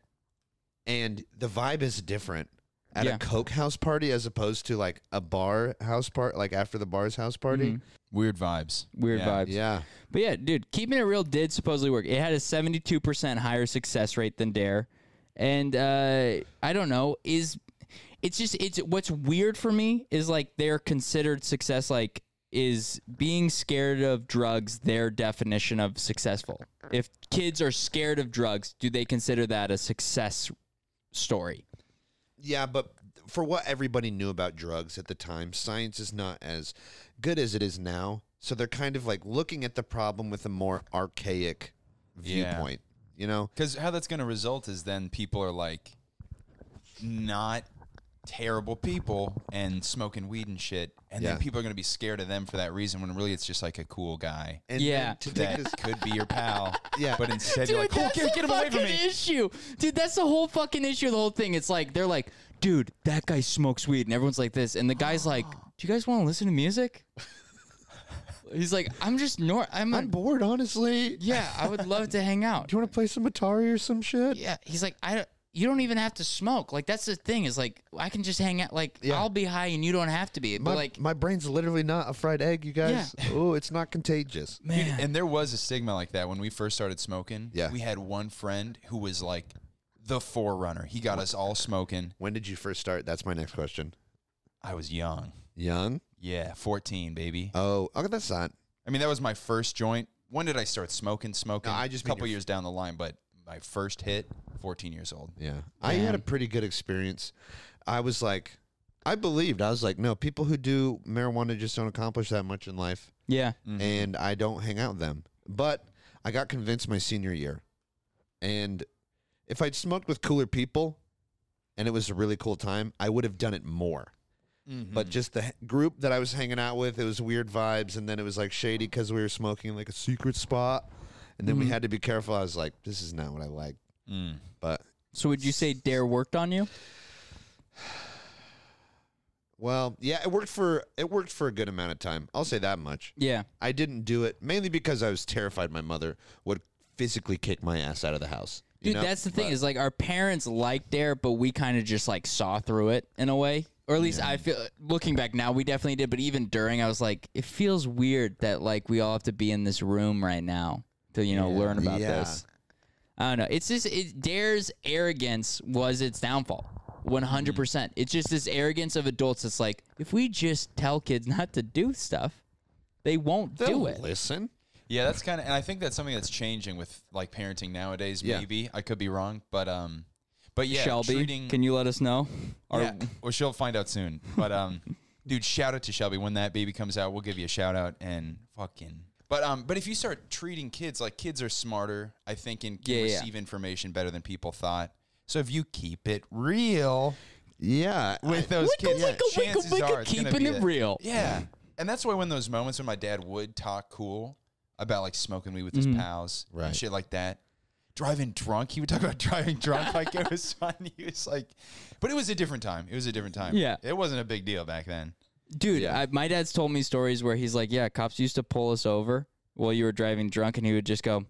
and the vibe is different at Yeah. a coke house party as opposed to like a bar house party, like after the bar's house party. Weird vibes. Weird yeah. vibes. Yeah, But yeah, dude, keeping it real did supposedly work. It had a 72% higher success rate than Dare. And uh, I don't know, is it's just it's what's weird for me is like their considered success like is being scared of drugs their definition of successful. If kids are scared of drugs, do they consider that a success story? yeah, but for what everybody knew about drugs at the time, science is not as good as it is now. So they're kind of like looking at the problem with a more archaic Yeah. viewpoint. You know, Because how that's going to result is then people are like not terrible people and smoking weed and shit, and Yeah. then people are going to be scared of them for that reason. When really it's just like a cool guy and Yeah. then to take that this, could be your pal. Yeah. but instead you're like, Dude, oh, that's get, the get him away from fucking me. Issue, dude. That's the whole fucking issue. of The whole thing. It's like they're like, dude, that guy smokes weed, and everyone's like this, and the guy's like, do you guys want to listen to music? He's like, I'm just nor. I'm, a- I'm bored, honestly. Do yeah. I would love to hang out. you want to play some Atari or some shit? Yeah. He's like, I. don't- You don't even have to smoke. Like that's the thing is like I can just hang out. Like Yeah. I'll be high and you don't have to be. But My, like my brain's literally not a fried egg, you guys. Oh, it's not contagious. Dude, man, and there was a stigma like that when we first started smoking. Yeah. We had one friend who was like the forerunner. He got us all smoking. When did you first start? That's my next question. I was young. Young? Yeah, 14, baby. Oh, okay, that's not. I mean, that was my first joint. When did I start smoking? Smoking. No, I just a mean couple your- years down the line, but my first hit, 14 years old. Yeah. I had a Man. pretty good experience. I was like, I believed. I was like, no, people who do marijuana just don't accomplish that much in life, Yeah. and I don't hang out with them. But I got convinced my senior year. And if I'd smoked with cooler people and it was a really cool time, I would have done it more. But just the h- group that I was hanging out with, it was weird vibes. And then it was like shady because we were smoking in like a secret spot. And then we had to be careful. I was like, this is not what I like. But So would you say Dare worked on you? Well, yeah, it worked for it worked for a good amount of time. I'll say that much. Yeah. I didn't do it mainly because I was terrified my mother would physically kick my ass out of the house. you Dude, know? that's the thing But- is like our parents liked Dare, but we kind of just like saw through it in a way. Or at least I feel looking back now, we definitely did. But even during, I was like, it feels weird that like we all have to be in this room right now to you know learn about Yeah. this. I don't know. It's just it, Dare's arrogance was its downfall. One Mm. hundred percent. It's just this arrogance of adults. It's like if we just tell kids not to do stuff, they won't They'll do it. Listen, Yeah, that's kind of, and I think that's something that's changing with like parenting nowadays. Yeah. Maybe I could be wrong, but um, but yeah, Shelby, treating, can you let us know? Or yeah, well, she'll find out soon. But um, dude, shout out to Shelby when that baby comes out. We'll give you a shout out and fucking. But um, but if you start treating kids like kids are smarter, I think and can Yeah, yeah. receive information better than people thought. So if you keep it real yeah, with those kids, winkle, winkle, chances winkle, are it's gonna keeping be it that- real. Yeah, and that's why when those moments when my dad would talk cool about like smoking weed with Mm-hmm. his pals, Right. and shit like that. Driving drunk, he would talk about driving drunk like it was fun. He was like, but it was a different time. It was a different time. Yeah. it wasn't a big deal back then. Dude, I, my dad's told me stories where he's like, "Yeah, cops used to pull us over while you were driving drunk," and he would just go,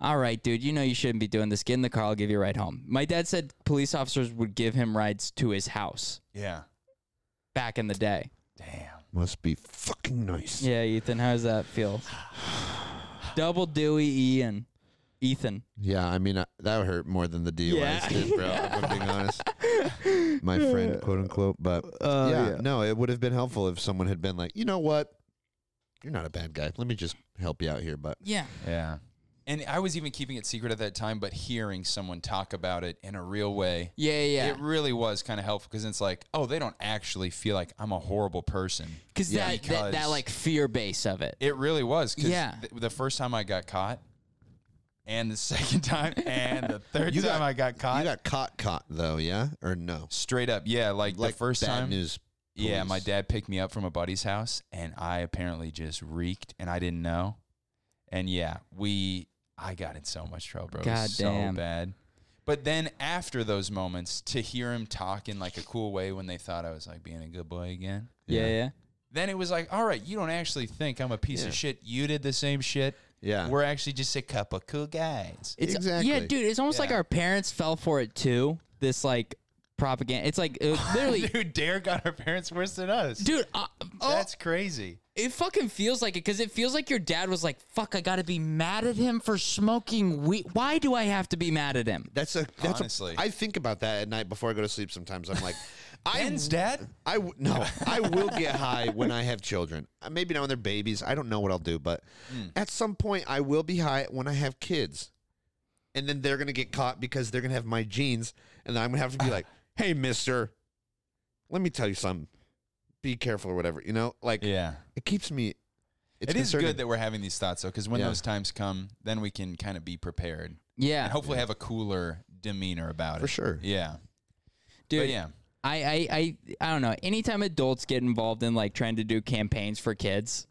"All right, dude, you know you shouldn't be doing this. Get in the car. I'll give you a ride home." My dad said police officers would give him rides to his house Yeah, back in the day. damn. must be fucking nice. Yeah, Ethan, how does that feel? Double Dewey Ian, Ethan. Yeah, I mean I, that hurt more than the DUIs Yeah. did, bro. If I'm being honest, my friend, quote unquote. But Uh, yeah, no, it would have been helpful if someone had been like, you know what, you're not a bad guy. Let me just help you out here. But Yeah, Yeah. And I was even keeping it secret at that time, but hearing someone talk about it in a real way, yeah, yeah. it really was kind of helpful because it's like, oh, they don't actually feel like I'm a horrible person. Cause Yeah, that, that that because- like fear base of it. It really was. 'cause Yeah. th- the first time I got caught, and the second time, and the third You got- time I got caught, you got caught, caught though, yeah, or no? straight up, yeah, like, like the first bad time. news. Yeah, police. my dad picked me up from a buddy's house, and I apparently just reeked, and I didn't know. And yeah, we, I got in so much trouble. Bro. It was God so damn. bad. But then after those moments, to hear him talk in like a cool way when they thought I was like being a good boy again, yeah, yeah. then it was like, all right, you don't actually think I'm a piece Yeah. of shit. You did the same shit. Yeah. We're actually just a couple cool guys. It's, Yeah, Exactly. dude, it's almost like Yeah. our parents fell for it too. This like propaganda. It's like it literally, Dude, Dare got our parents worse than us. dude. Uh, oh, That's crazy. it fucking feels like it because it feels like your dad was like, "Fuck, I gotta be mad at him for smoking weed. Why do I have to be mad at him?" That's a that's Honestly. A, I think about that at night before I go to sleep. Sometimes I'm like, I Ben's dad? I w- no, I will get high when I have children. Uh, Maybe not when they're babies. I don't know what I'll do, but Mm. at some point I will be high when I have kids, and then they're gonna get caught because they're gonna have my genes, and then I'm gonna have to be like, hey, Mister, let me tell you something. Be careful or whatever. You know, like Yeah. it keeps me. It's It's concerning. good that we're having these thoughts though, because when Yeah. those times come, then we can kind of be prepared and Yeah, hopefully have a cooler demeanor about it. for sure. Yeah. dude. But yeah. I, I, I, I don't know. Anytime adults get involved in like trying to do campaigns for kids,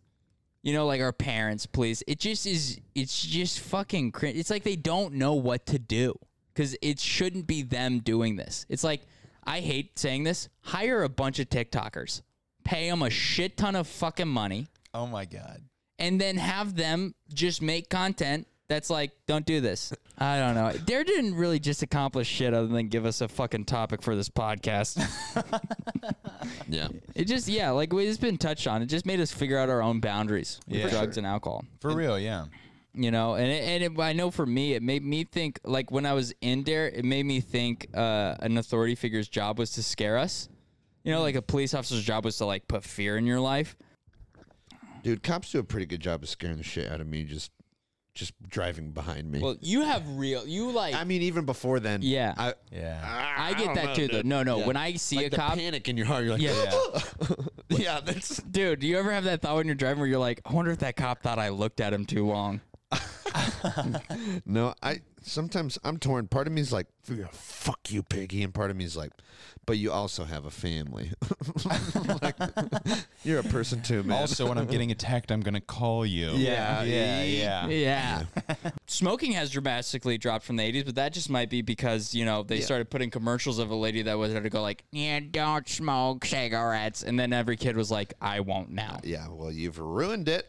you know, like our parents, please. It just is. It's just fucking. Cr- it's like they don't know what to do because it shouldn't be them doing this. It's like I hate saying this. Hire a bunch of TikTokers, pay them a shit ton of fucking money, Oh my God. and then have them just make content. That's like, don't do this. I don't know. Dare didn't really just accomplish shit other than give us a fucking topic for this podcast. Yeah. It just yeah, like we- it's been touched on. It just made us figure out our own boundaries with Yeah. drugs and alcohol. For real, yeah. you know and it, and it, i know for me it made me think like when i was in there it made me think uh, an authority figure's job was to scare us you know like a police officer's job was to like put fear in your life Dude, cops do a pretty good job of scaring the shit out of me just just driving behind me. well you have real you like I mean, even before then. Yeah. I, Yeah. i get that too though no no when i see like a the cop panic in your heart. You're like, Yeah. yeah, that's Dude, do you ever have that thought when you're driving where you're like, I wonder if that cop thought I looked at him too long? No, I sometimes I'm torn. Part of me is like, "Fuck you, piggy," and part of me is like, "But you also have a family. Like, you're a person too, man." Also, when I'm getting attacked, I'm gonna call you. Yeah. Yeah. Uh, Yeah. Yeah. Smoking has dramatically dropped from the 80s, but that just might be because, you know, they started putting commercials of a lady that was there to go like, yeah, don't smoke cigarettes. And then every kid was like, I won't now. yeah. Well, you've ruined it.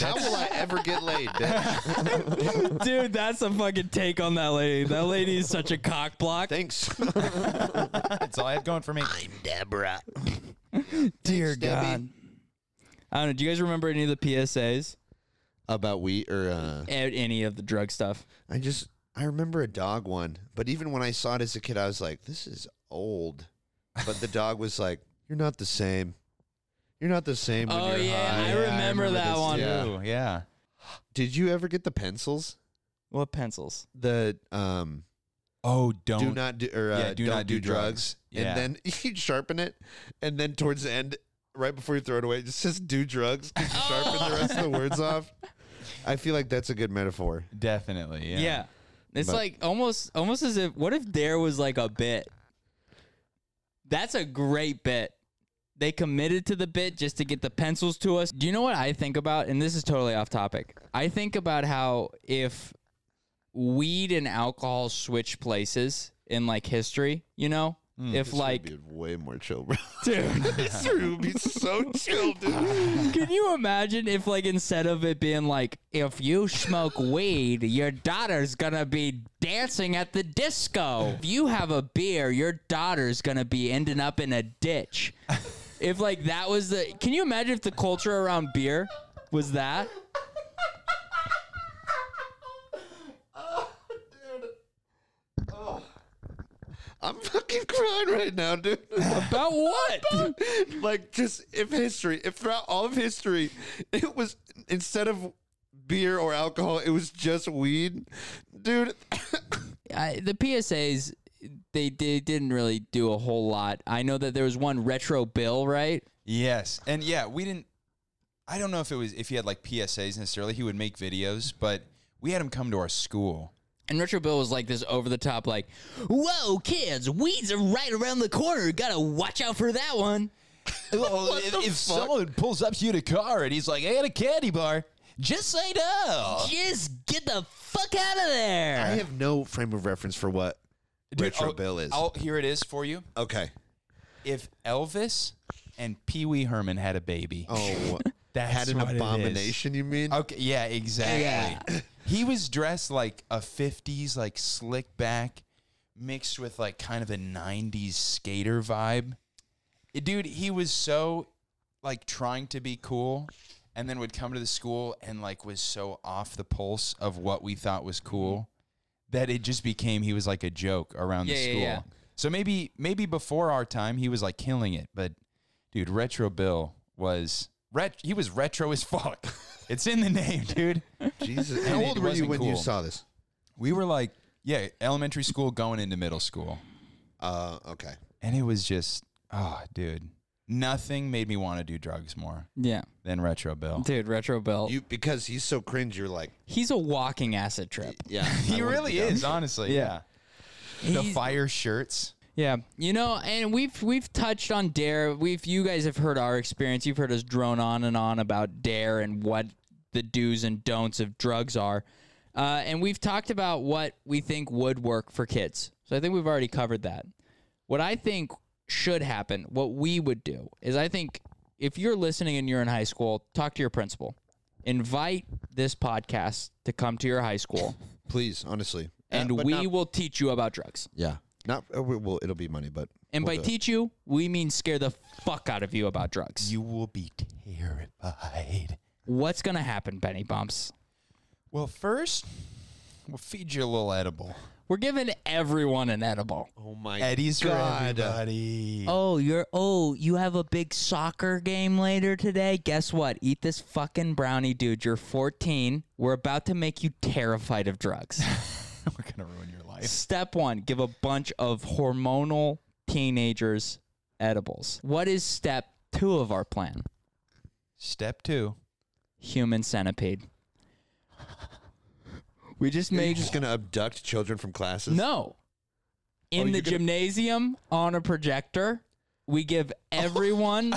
How will I ever get laid? bitch? Dude, that's a fucking take on that lady. That lady is such a cock block. Thanks, That's all I have going for me. Deborah. Dear Debbie. God. I don't know. Do you guys remember any of the PSAs? About we or uh, A- Any of the drug stuff? I just I remember a dog one, but even when I saw it as a kid, I was like, "This is old." But the dog was like, "You're not the same. You're not the same." When Oh, you're yeah, high. I remember that this one. too." Yeah. yeah. Did you ever get the pencils? What pencils? the um Oh, don't. do not do or uh, yeah, do not do drugs, Yeah. and then you sharpen it, and then towards the end, right before you throw it away, it just says do drugs 'cause you sharpen the rest of the words off. I feel like that's a good metaphor. Definitely. Yeah. Yeah. It's But- like almost almost as if what if there was like a bit? That's a great bit. They committed to the bit just to get the pencils to us. Do you know what I think about? And this is totally off topic. I think about how if weed and alcohol switch places in like history, you know? if like Dude, way more chill, bro. dude this room is so chill, dude. Can you imagine if, like, instead of it being like, if you smoke weed, your daughter's gonna be dancing at the disco. If you have a beer, your daughter's gonna be ending up in a ditch. If, like, that was the. Can you imagine if the culture around beer was that? I'm fucking crying right now, dude. About what? like just if history, if throughout all of history, it was instead of beer or alcohol, it was just weed, dude. I, the PSAs, they, they didn't really do a whole lot. I know that there was one retro bill, right? Yes. And yeah, we didn't. I don't know if it was if he had like PSAs necessarily. He would make videos, but we had him come to our school. And Retro Bill was like this over the top, like, "Whoa, kids, weeds are right around the corner. Gotta watch out for that one." Well, if, if someone pulls up to you in a car and he's like, "I got a candy bar," just say no. Just get the fuck out of Uh, I there. have no frame of reference for what retro I'll- bill is. oh, I'll, here it is for you. okay. If Elvis and Pee Wee Herman had a baby, Oh, that's had an what it is. abomination. You mean? Okay, yeah, exactly. he was dressed like a 50s, like slick back, mixed with like kind of a 90s skater vibe. Eh, Dude, he was so like trying to be cool and then would come to the school and like was so off the pulse of what we thought was cool that it just became he was like a joke around the Mm-hmm. Yeah, yeah, school. yeah. So maybe maybe before our time he was like killing it, but dude, Retro Bill was ret- he was retro as fuck. it's in the name, dude. Jesus. And How it old were you wasn't when you cool. saw this? We were like, yeah, elementary school going into middle school. Uh, okay. And it was just, oh, dude. Nothing made me want to do drugs more Yeah, than Retro Bill. dude, Retro Bill, You because he's so cringe. You're like, he's a walking acid trip. yeah. He really is, honestly. Yeah. Yeah. The He's- fire shirts. Yeah, you know, and we've we've touched on Dare. We've you guys have heard our experience. You've heard us drone on and on about Dare and what the do's and don'ts of drugs are, uh, and we've talked about what we think would work for kids. So I think we've already covered that. What I think should happen, what we would do, is I think if you're listening and you're in high school, talk to your principal. Invite this podcast to come to your high school, Please, honestly. and Uh, but we not- will teach you about drugs. yeah. Not uh, we- well. It'll be money, but And we'll by do it. teach you, we mean scare the fuck out of you about drugs. You will be terrified. What's going to happen, Benny Bumps? Well, first, we'll feed you a little edible. We're giving everyone an edible. Oh my Eddie's for God. everybody. Oh, you're oh, you have a big soccer game later today. Guess what? Eat this fucking brownie, dude. You're 14. We're about to make you terrified of drugs. We're gonna ruin your life. Step 1, give a bunch of hormonal teenagers edibles. What is step 2 of our plan? Step two. Human centipede. We just Are you made just gonna abduct children from classes? No. In the you're gonna- gymnasium on a projector, we give everyone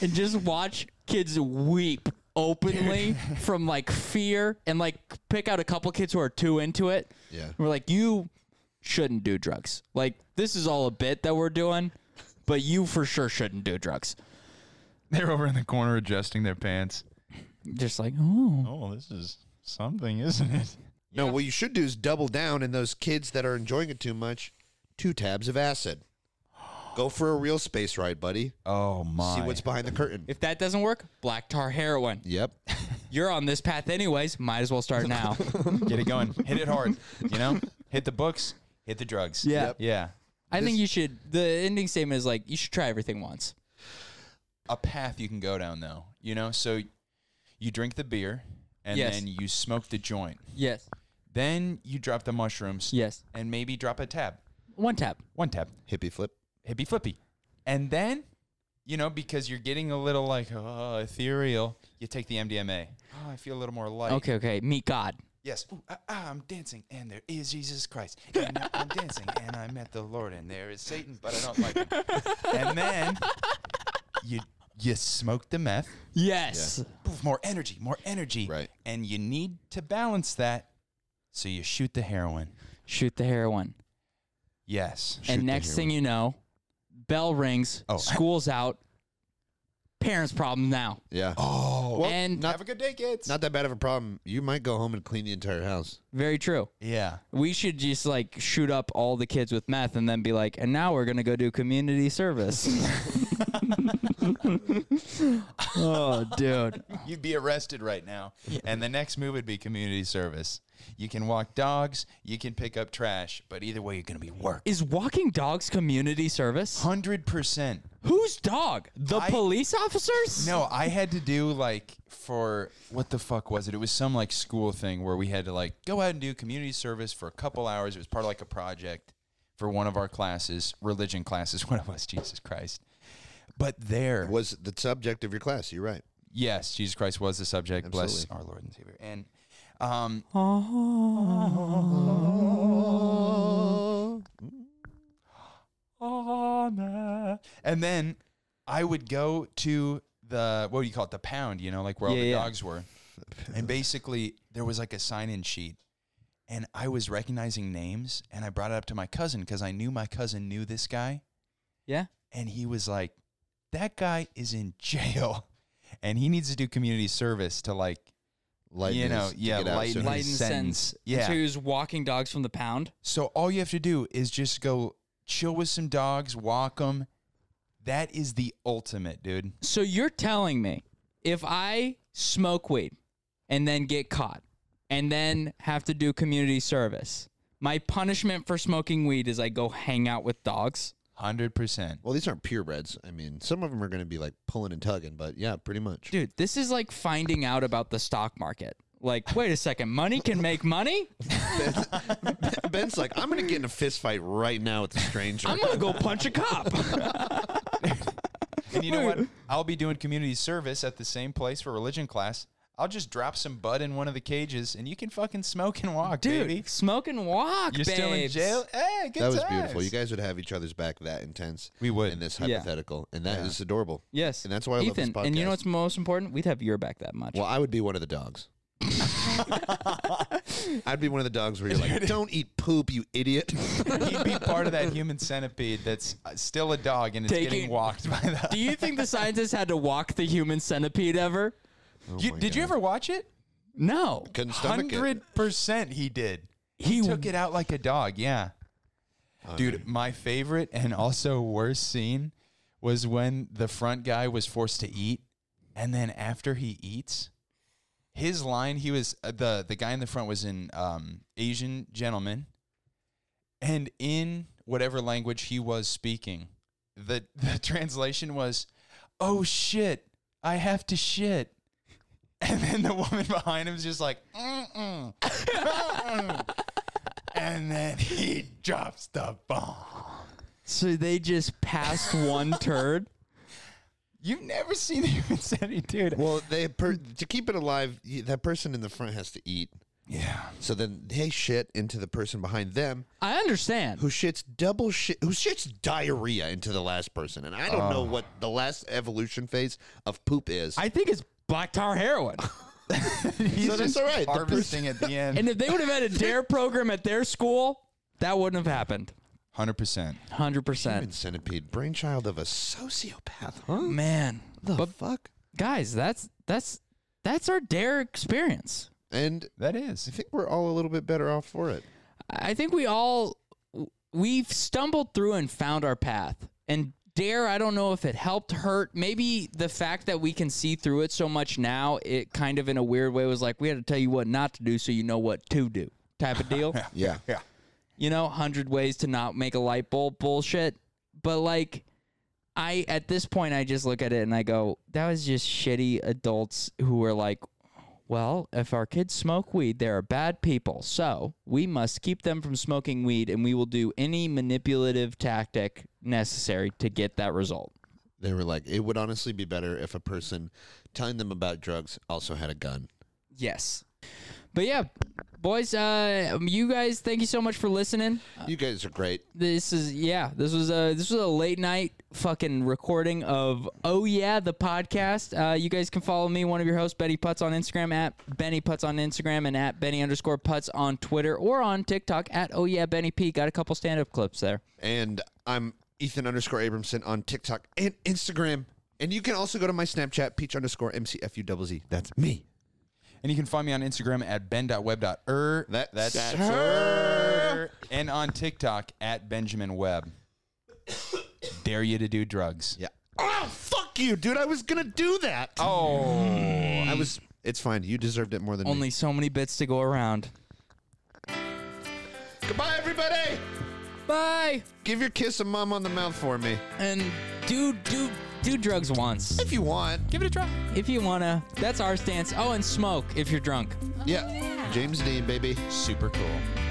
and just watch kids weep openly from like fear and like pick out a couple kids who are too into it. Yeah. We're like, you shouldn't do drugs. Like, this is all a bit that we're doing, but you for sure shouldn't do drugs. They're over in the corner adjusting their pants. Just like, oh. Oh, this is something, isn't it? No, what you should do is double down in those kids that are enjoying it too much. Two tabs of acid. Go for a real space ride, buddy. Oh my! See what's behind the curtain. If that doesn't work, black tar heroin. Yep. You're on this path anyways. Might as well start now. Get it going. Hit it hard. You know, hit the books. Hit the drugs. Yeah. Yep. Yeah. I think you should. The ending statement is like you should try everything once. A path you can go down though. You know, so you drink the beer and Yes. then you smoke the joint. Yes. Then you drop the mushrooms. Yes. And maybe drop a tab. One tap. One tab. Hippie flip. hippy flippy. And then, you know, because you're getting a little like oh, ethereal, you take the MDMA. Oh, I feel a little more light. Okay. Okay. Meet God. Yes. Ooh, ah, ah, I'm dancing, and there is Jesus Christ. And now I'm dancing, and I met the Lord, and there is Satan, but I don't like him. and then you you smoke the meth. Yes. Oof, more energy, more energy. Right. And you need to balance that, so you shoot the heroin. Shoot the heroin. Yes. and next thing you know, bell rings. Oh. School's out. Parents' problem now. Yeah. Oh. Well, and not, Have a good day, kids. not that bad of a problem. You might go home and clean the entire house. very true. yeah. We should just like shoot up all the kids with meth and then be like, and now we're gonna go do community service. oh, dude. You'd be arrested right now. And the next move would be community service. You can walk dogs, you can pick up trash, but either way, you're going to be worked. Is walking dogs community service? 100%. Whose dog? The I- police officers? No, I had to do like for what the fuck was it? It was some like school thing where we had to like go out and do community service for a couple hours. It was part of like a project for one of our classes, religion classes, one of us, Jesus Christ. But there Was the subject of your class? You're right. Yes, Jesus Christ was the subject. Bless Absolutely. our Lord and Savior. And um, Honor. and then I would go to the what do you call it? The pound, you know, like where all Yeah, the yeah. dogs were. And basically, there was like a sign-in sheet, and I was recognizing names, and I brought it up to my cousin because I knew my cousin knew this guy Yeah. and he was like, "That guy is in jail, and he needs to do community service to like, Lighten you know, is to yeah, get out lighten, sooner. his Lighten sentence. sentence. Yeah. So he was walking dogs from the pound. so all you have to do is just go chill with some dogs, walk them. That is the ultimate, dude. So you're telling me if I smoke weed and then get caught and then have to do community service, my punishment for smoking weed is I go hang out with dogs. Hundred percent. Well, these aren't purebreds. I mean, some of them are going to be like pulling and tugging, but yeah, pretty much. Dude, this is like finding out about the stock market. Like, wait a second, money can make money? Ben's like, I'm going to get in a fist fight right now with a stranger. I'm gonna go punch a cop. And you know what? I'll be doing community service at the same place for religion class. I'll just drop some bud in one of the cages, and you can fucking smoke and walk, Dude, baby. smoke and walk, You're still in babes. jail. Hey, good that was times. beautiful. You guys would have each other's back that intense. We would. In this Yeah. hypothetical. And that is adorable. Yes. And that's why I love Ethan, this podcast. and you know what's most important? We'd have your back that much. Well, I would be one of the dogs. I'd be one of the dogs where you're like, don't eat poop, you idiot. He'd be part of that human centipede that's uh, still a dog and it's Taking- getting walked by the. Do you think the scientists had to walk the human centipede ever? Oh You- did you ever watch it? No. Couldn't stomach it. Hundred percent, he did. He Took it out like a dog. Yeah, dude. My favorite and also worst scene was when the front guy was forced to eat, and then after he eats, his line he was uh, the the guy in the front was an um, asian gentleman and in whatever language he was speaking the the translation was oh shit i have to shit and then the woman behind him is just like Mm-mm, mm-mm." and then he drops the bomb So they just passed one turd. you've never seen the human city dude Well, they per- to keep it alive, y- that person in the front has to eat. yeah So then they shit into the person behind them, I understand. who shits double shit, who shits diarrhea into the last person. And I don't know what the last evolution phase of poop is. I think it's black tar heroin. he's that's all right. The person- harvesting at the end and if they would have had a dare program at their school, that wouldn't have happened. 100% Hundred percent. Centipede, brainchild of a sociopath, huh? Man, The Mm, but fuck? guys, that's that's that's our dare experience. And that is I think we're all a little bit better off for it. I think we all we've stumbled through and found our path. And dare, I don't know if it helped, hurt. Maybe the fact that we can see through it so much now, it kind of in a weird way was like we had to tell you what not to do so you know what to do type of deal. Yeah. yeah you know, 100 ways to not make a light bulb bullshit. But like, I, at this point, I just look at it and I go, that was just shitty adults who were like, well, if our kids smoke weed, they are bad people. So we must keep them from smoking weed and we will do any manipulative tactic necessary to get that result. They were like, it would honestly be better if a person telling them about drugs also had a gun. Yes. But yeah, boys, uh, you guys, thank you so much for listening. You guys are great. This is yeah. This was a this was a late night fucking recording of oh yeah the podcast. Uh, you guys can follow me, one of your hosts, Betty Putz on Instagram at Benny Putz on Instagram and at Benny underscore Putz on Twitter or on TikTok at oh yeah Benny P. Got a couple stand up clips there. And I'm Ethan underscore Abramson on TikTok and Instagram. And you can also go to my Snapchat, peach underscore MCFUZZ. That's me. And you can find me on Instagram at ben.web.er. That- that's her. And on TikTok at Benjamin Webb. Dare you to do drugs. Yeah. Oh, fuck you, dude. I was going to do that. Oh. I was. It's fine. You deserved it more than Only me. so many bits to go around. Goodbye, everybody. Bye. Give your kiss a mom on the mouth for me. And do do do drugs once If you want. Give it a try if you wanna. That's our stance. Oh, and smoke if you're drunk. Yeah. James Dean, baby. Super cool.